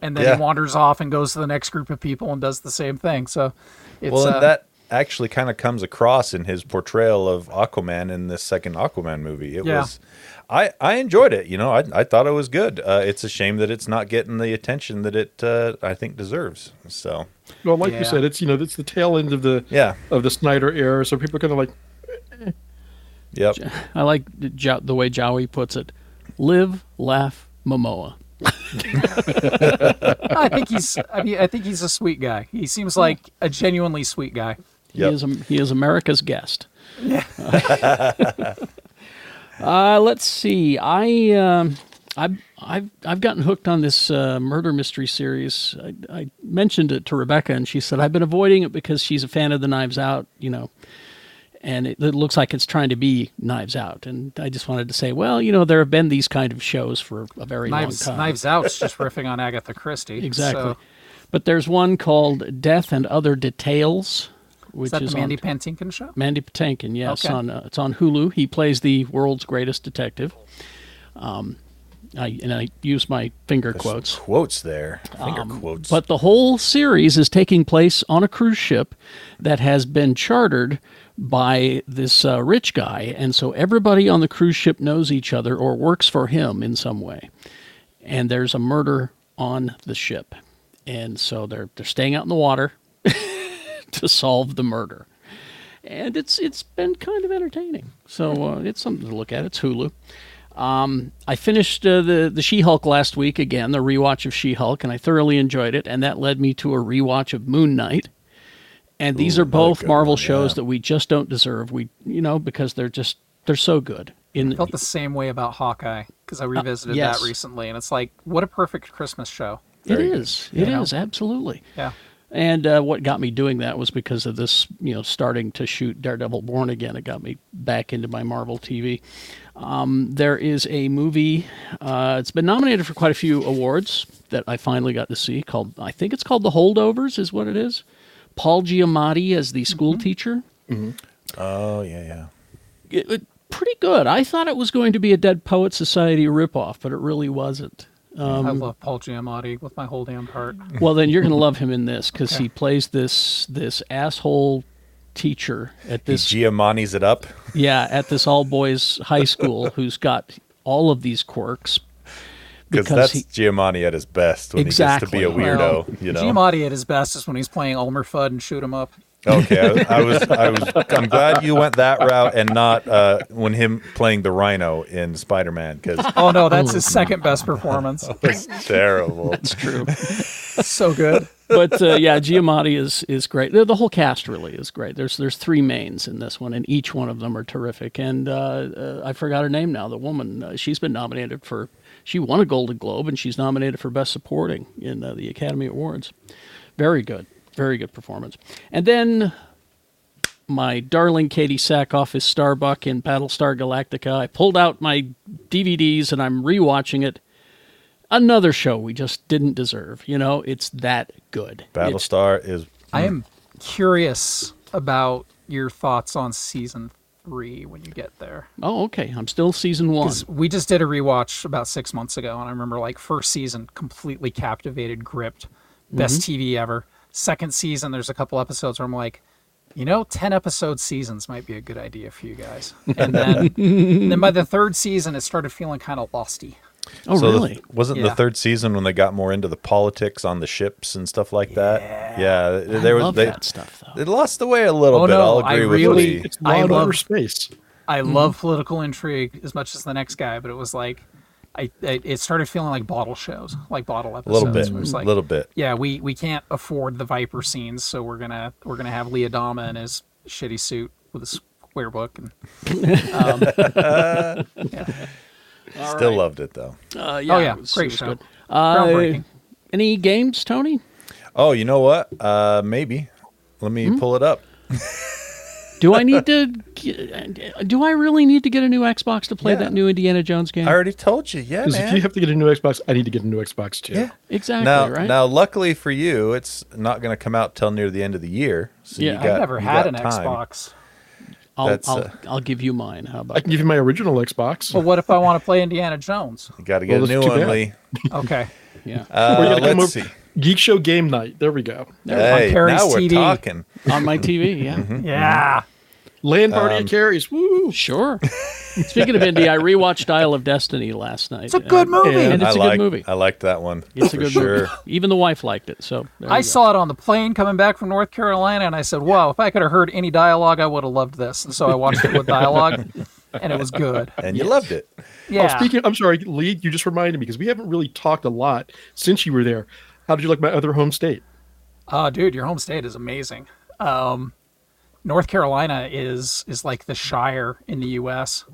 S3: And then
S1: Yeah.
S3: he wanders off and goes to the next group of people and does the same thing. So it's
S1: Well,
S3: uh,
S1: and that actually kind of comes across in his portrayal of Aquaman in this second Aquaman movie. It
S3: Yeah.
S1: was, I, I enjoyed it. You know, I, I thought it was good. Uh, it's a shame that it's not getting the attention that it, uh, I think, deserves. So,
S5: Well, like
S3: Yeah.
S5: you said, it's you know it's the tail end of the
S1: yeah,
S5: of the Snyder era, so people are kind of like,
S1: yep,
S2: I like the Jo- the way Joey puts it: "Live, laugh, Momoa."
S3: I think he's I mean I think he's a sweet guy. He seems like a genuinely sweet guy.
S2: He
S1: Yep.
S2: is he is America's guest. uh, let's see. I um, I've I've I've gotten hooked on this uh, murder mystery series. I, I mentioned it to Rebecca, and she said I've been avoiding it because she's a fan of the Knives Out. You know. And it, it looks like it's trying to be Knives Out, and I just wanted to say, well, you know, there have been these kind of shows for a very
S3: Knives
S2: long time.
S3: Knives Out's just riffing on Agatha Christie.
S2: Exactly.
S3: So,
S2: But there's one called Death and Other Details, which
S3: is that
S2: is
S3: the Mandy
S2: on
S3: Patinkin show?
S2: Mandy Patinkin. Yes,
S3: Okay.
S2: on uh, it's on Hulu. He plays the world's greatest detective. Um, I and I use my finger quotes.
S1: quotes there, finger quotes.
S2: Um, But the whole series is taking place on a cruise ship that has been chartered by this uh, rich guy. And so everybody on the cruise ship knows each other or works for him in some way. And there's a murder on the ship. And so they're, they're staying out in the water to solve the murder. And it's it's been kind of entertaining. So uh, it's something to look at. It's Hulu. Um, I finished uh, the the She-Hulk last week again, the rewatch of She-Hulk, and I thoroughly enjoyed it. And that led me to a rewatch of Moon Knight. And these
S1: Ooh,
S2: are
S1: another
S2: both
S1: good
S2: Marvel
S1: one,
S2: shows
S1: yeah.
S2: that we just don't deserve. We, you know, because they're just they're so good. In Uh,
S3: I felt the same way about Hawkeye because I revisited
S2: yes.
S3: that recently, and it's like, what a perfect Christmas show.
S2: it
S1: Very
S2: is, it is
S3: Yeah.
S2: absolutely.
S3: Yeah,
S2: And uh, what got me doing that was because of this, you know, starting to shoot Daredevil Born again. It got me back into my Marvel TV. Um, there is a movie. Uh, it's been nominated for quite a few awards that I finally got to see. Called I think it's called The Holdovers, is what it is. Paul Giamatti as the school teacher.
S1: oh, yeah, yeah.
S2: It- it- pretty good. I thought it was going to be a Dead Poet Society ripoff, but it really wasn't.
S3: I
S2: Um,
S3: love Paul Giamatti with my whole damned heart.
S2: Well, then you're going to love him in this because
S3: Okay.
S2: he plays this this asshole teacher at
S1: He
S2: this
S1: Giamatti's it up.
S2: yeah, at this all boys high school who's got all of these quirks.
S1: Because that's
S2: Because he-
S1: Giamatti at his best when
S2: Exactly.
S1: he gets to be a
S3: Well,
S1: weirdo. you know,
S3: Giamatti at his best is when he's playing Ulmer Fudd and shoot him up.
S1: Okay, I, I was, I was, I'm glad you went that route and not uh, when him playing the Rhino in Spider-Man because
S3: Oh no, that's his second best performance.
S1: was terrible.
S2: It's true.
S3: so good.
S2: But uh, yeah, Giamatti is is great. The, the whole cast really is great. There's there's three mains in this one, and each one of them are terrific. And uh, uh, I forgot her name now. The woman, uh, she's been nominated for. She won a Golden Globe, and she's nominated for Best Supporting in uh, the Academy Awards. Very good, very good performance. And then my darling Katie Sackhoff is Starbuck in Battlestar Galactica. I pulled out my DVDs and I'm rewatching it. Another show we just didn't deserve. You know, it's that good. It's-
S1: Battlestar is
S3: I am curious about your thoughts on season three when you get there.
S2: oh, okay. I'm still season one.
S3: 'Cause We just did a rewatch about six months ago, and I remember like first season completely captivated, gripped, best TV ever. Second season, there's a couple episodes where I'm like, you know, 10 episode seasons might be a good idea for you guys. And then, and then by the third season, it started feeling kind of losty.
S2: Oh,
S1: so the-
S2: really?
S1: wasn't the
S3: Yeah.
S1: third season when they got more into the politics on the ships and stuff like that? Yeah,
S2: I
S1: th- there was
S2: love
S1: they,
S2: that stuff, though.
S1: they lost the way a little
S3: Oh,
S1: bit.
S3: no,
S1: I'll agree
S3: I
S1: with
S3: really-
S1: Lee.
S5: It's Law
S3: I
S5: and
S3: love-
S5: Order Space.
S3: I
S1: Mm-hmm.
S3: love political intrigue as much as the next guy, but it was like, I, I it started feeling like bottle shows, like bottle
S1: A
S3: episodes.
S1: little bit,
S3: where it's
S1: a
S3: like,
S1: little bit.
S3: yeah, we we can't afford the Viper scenes, so we're gonna we're gonna have Leodama in his shitty suit with a square book, and oh
S1: Still loved it though.
S2: Uh, yeah,
S3: oh yeah,
S2: it was- it
S3: great
S2: was
S3: show,
S2: good. Uh,
S3: groundbreaking.
S2: Any games, Tony?
S1: Oh, you know what? Uh, maybe. Let me
S2: Hmm?
S1: pull it up.
S2: Do I need to? g- Do I really need to get a new Xbox to play
S1: Yeah.
S2: that new Indiana Jones game?
S1: I already told you. Yeah,
S5: 'Cause if you
S1: man.
S5: have to get a new Xbox, I need to get a new Xbox too.
S1: Yeah.
S2: exactly.
S1: now,
S2: right.
S1: now, luckily for you, it's not going to come out till near the end of the year. So
S2: Yeah,
S1: you
S2: I've
S1: got,
S3: I've never
S1: you
S3: had
S1: got
S3: an
S1: time.
S3: Xbox.
S2: I'll,
S1: that's,
S2: I'll,
S1: uh,
S2: I'll give you mine. How
S5: I
S2: about?
S5: can give you my original Xbox.
S3: Well, what if I want to play Indiana Jones?
S1: You got to get
S5: Well,
S1: a new
S5: that's too
S1: one,
S5: bad.
S1: Lee.
S3: Okay,
S2: Yeah.
S1: Uh,
S5: Or you gotta come
S1: let's see.
S5: over- Geek Show Game Night. There we go.
S1: Hey,
S3: Carrie's
S1: now we're
S3: TV.
S1: talking.
S2: on my TV. Yeah,
S1: Mm-hmm.
S3: yeah,
S5: Land Party
S1: Um,
S5: at Carrie's. Woo!
S2: sure. Speaking of indie, I rewatched Dial of Destiny last night.
S3: it's a good movie.
S5: And
S2: And
S1: I
S2: it's a
S1: like,
S2: good movie.
S1: I liked that one.
S2: It's a
S1: for
S2: good
S1: sure.
S2: movie. Even the wife liked it. So there
S3: I
S2: you go.
S3: saw it on the plane coming back from North Carolina, and I said, "Wow! If I could have heard any dialogue, I would have loved this." And so I watched it with dialogue, and it was good.
S2: Oh,
S1: And you loved it.
S3: Yeah.
S5: Oh, speaking, I'm sorry, Lee. You just reminded me because we haven't really talked a lot since you were there. How did you like my other home state?
S3: Uh, dude, your home state is amazing. Um, North Carolina is is like the Shire in the U.S.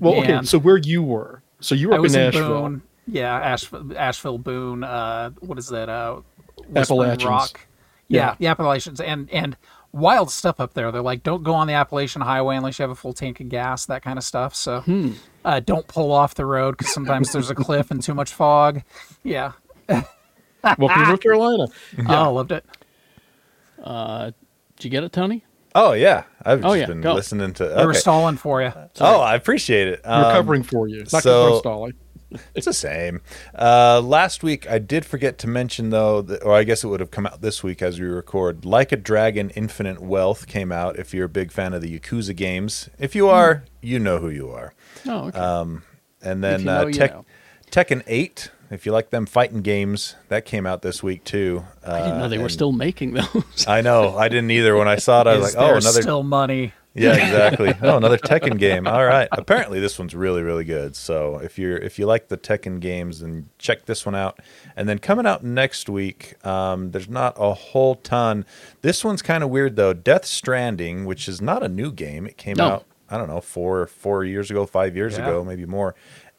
S5: Well, okay,
S3: Man.
S5: so where you were? So you were
S3: I
S5: up in
S3: was in
S5: Nashville.
S3: Boone. Yeah, Asheville, Asheville, Boone. Uh, what is that? Uh, Whispering
S5: Appalachians.
S3: Rock. Yeah,
S5: Yeah.
S3: the Appalachians and and wild stuff up there. They're like, don't go on the Appalachian Highway unless you have a full tank of gas, that kind of stuff. So,
S5: Hmm.
S3: uh, don't pull off the road because sometimes there's a cliff and too much fog. Yeah.
S5: Welcome to North Carolina.
S3: Oh, loved it.
S2: Did you get it, Tony?
S1: Oh yeah, I've
S2: Oh,
S1: just
S2: yeah,
S1: been
S2: go.
S1: listening to.
S3: They were
S1: Okay.
S3: stalling for you.
S1: Oh, I appreciate it.
S5: We're
S1: Um,
S5: covering for you. It's not
S1: so-
S5: going to stalling.
S1: It's the same. Uh, last week, I did forget to mention, though, that, or I guess it would have come out this week as we record. Like a Dragon Infinite Wealth came out if you're a big fan of the Yakuza games. If
S2: Hmm.
S1: you are, you know who you are.
S2: No.
S1: Uh,
S2: Okay.
S1: And then
S2: you
S1: uh,
S2: know, you
S1: Tek-
S2: know.
S1: Tekken 8, if you like them fighting games, that came out this week, too. Uh,
S2: I didn't know they were
S1: and-
S2: still making those.
S1: I know. I didn't either. When I saw it, I was
S3: Is
S1: like, oh,
S3: there
S1: another.
S3: still money.
S1: Yeah, exactly. Oh, another Tekken game. All right. Apparently, this one's really, really good. So if you're if you like the Tekken games, then check this one out. And then coming out next week, um, there's not a whole ton. This one's kind of weird though. Death Stranding, which is not a new game, it came
S2: No.
S1: out I don't know four four years ago, five years
S3: Yeah.
S1: ago, maybe more,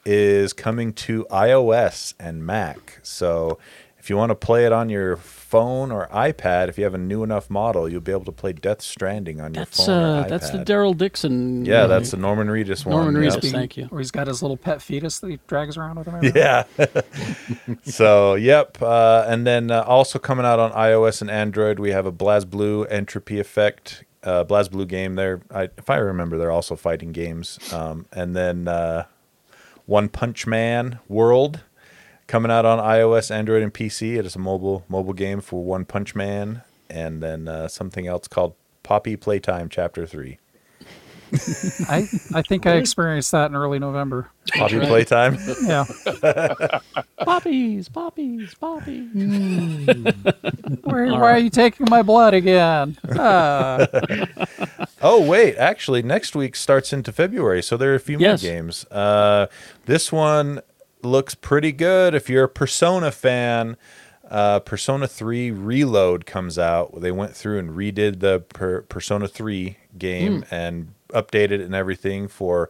S1: is coming to iOS and Mac. So if you want to play it on your phone or iPad, if you have a new enough model, you'll be able to play Death Stranding on your
S2: that's
S1: phone. or
S2: uh, that's the
S1: iPad.
S2: Daryl Dixon.
S1: Yeah,
S2: movie.
S1: that's the Norman Reedus one.
S2: Norman
S1: yep.
S2: Reedus. Thank you.
S3: Where he's got his little pet fetus that he drags around with him. everywhere.
S1: Yeah. so, yep. Uh, and then uh, also coming out on iOS and Android, we have a BlazBlue Entropy Effect uh, BlazBlue game. There, I, if I remember, they're also fighting games. Um, and then uh, One Punch Man World coming out on iOS, Android, and PC. It is a mobile mobile game for One Punch Man, and then uh, something else called Poppy Playtime Chapter Three.
S3: I, I think I experienced that in early November.
S1: Poppy Playtime.
S3: Yeah.
S2: poppies, poppies, poppies.
S3: Where, why are you taking my blood again? Uh,
S1: Oh wait, actually, next week starts into February, so there are a few
S2: Yes.
S1: more games. Uh, this one looks pretty good. If you're a Persona fan, uh, Persona Three Reload comes out. They went through and redid the per- Persona Three game and updated it and everything for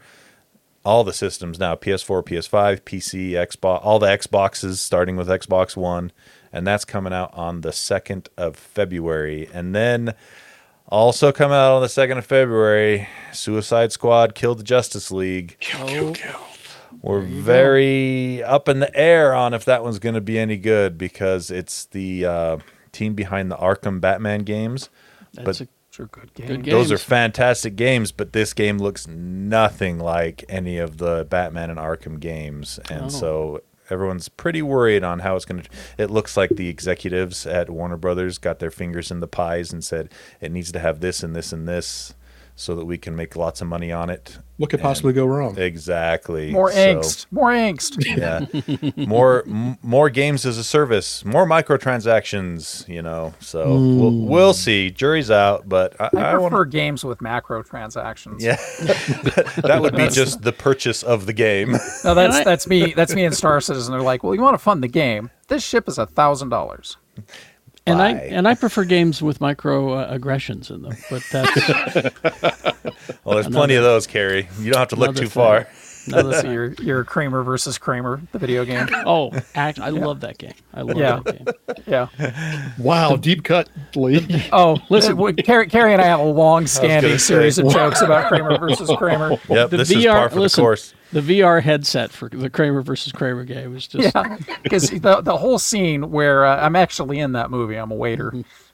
S1: all the systems now: PS4, PS5, PC, Xbox, all the Xboxes, starting with Xbox One, and that's coming out on the second of February, and then. Also come out on the 2nd of February, Suicide Squad killed the Justice League.
S2: Oh,
S1: We're very up in the air on if that one's going to be any good because it's the uh, team behind the Arkham Batman games.
S2: that's
S1: But-
S3: those are good games.
S2: Good
S1: Those are
S2: Games.
S1: fantastic games, but this game looks nothing like any of the Batman and Arkham games. And
S2: Oh.
S1: so everyone's pretty worried on how it's going to. It looks like the executives at Warner Brothers got their fingers in the pies and said it needs to have this and this and this so that we can make lots of money on it.
S5: What could
S1: And-
S5: possibly go wrong?
S1: Exactly.
S3: More
S1: So,
S3: angst. More angst.
S1: yeah. more m- more games as a service, more microtransactions. You know, so we'll we'll see. Jury's out, but I,
S3: I
S1: I want
S3: prefer games with macro transactions.
S1: Yeah, that would be just the purchase of the game.
S3: No, that's
S2: I-
S3: that's me. That's me and Star Citizen. They're like, well, you want to fund the game? This ship is a thousand dollars.
S2: And I
S1: Bye.
S2: and I prefer games with micro uh, aggressions in them, but that's
S1: Well, there's plenty of those, Carrie. You don't have to look
S2: Another
S1: too
S2: thing.
S1: far.
S2: another
S3: So
S2: thing.
S3: you're you're Kramer versus Kramer, the video game.
S2: Oh, act, I love that game. I love
S3: Yeah.
S2: that game.
S3: Yeah.
S5: Wow, deep cut, Lee.
S3: Oh, listen, we, Carrie, Carrie and I have a long-standing
S1: gonna
S3: series of jokes about Kramer versus Kramer.
S1: Yep, this is par for the course.
S2: the VR headset for the Kramer versus Kramer game was just
S3: Yeah, because the the whole scene where uh, I'm actually in that movie. I'm a waiter.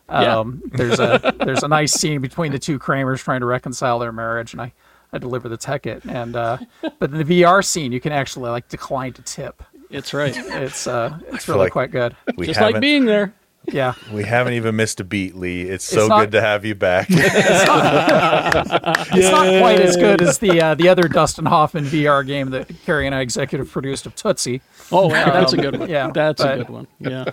S2: Yeah.
S3: Um, There's a there's a nice scene between the two Kramers trying to reconcile their marriage, and I I deliver the ticket. And uh, but in the VR scene, you can actually like decline to tip.
S2: it's right.
S3: It's uh it's
S1: feel
S3: really
S1: like-
S3: quite good.
S1: We
S2: just
S1: haven't
S2: like being there.
S3: Yeah.
S1: we haven't even missed a beat, Lee. It's so
S3: not-
S1: good to have you back.
S3: It's not quite as good as the uh, the other Dustin Hoffman VR game that Carrie and I executive produced of Tootsie.
S2: Oh, wow, that's a good one.
S3: yeah,
S2: that's a
S3: but-
S2: good one. Yeah,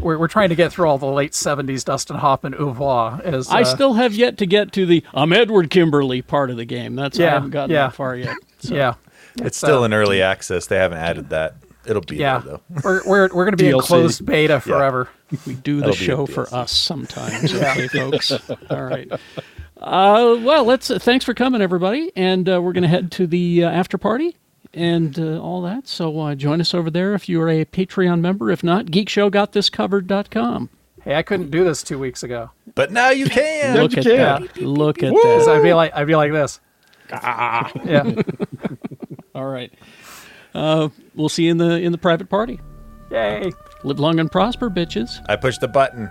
S3: We're, we're trying to get through all the late 70s Dustin Hoffman oeuvre as
S2: I
S3: uh,
S2: still have yet to get to the I'm Edward Kimberly part of the game. That's I
S3: Yeah,
S2: haven't gotten
S3: yeah.
S2: that far yet.
S3: yeah.
S1: it's still in early access. They haven't added that. It'll be
S3: Yeah.
S1: there, though.
S3: We're we're we're going to be in
S5: DLC.
S3: closed beta forever.
S2: We do the
S1: That'll be a
S2: show for
S1: DLC.
S2: us sometimes, okay, folks. All right. Uh, well, let's. Uh, thanks for coming, everybody, and uh, we're going to head to the uh, after party and uh, all that. So uh, join us over there if you are a Patreon member. If not, geekshowgotthiscovered.com.
S3: Hey, I couldn't do this 2 weeks ago.
S1: But now you can.
S2: Look at
S3: Yeah.
S2: that. Look at
S3: Cuz
S2: that.
S3: I'd be like I'd be like this. Yeah.
S2: All right. Uh, we'll see you in the in the private party.
S3: Yay.
S2: Live long and prosper, bitches.
S1: I pushed the button.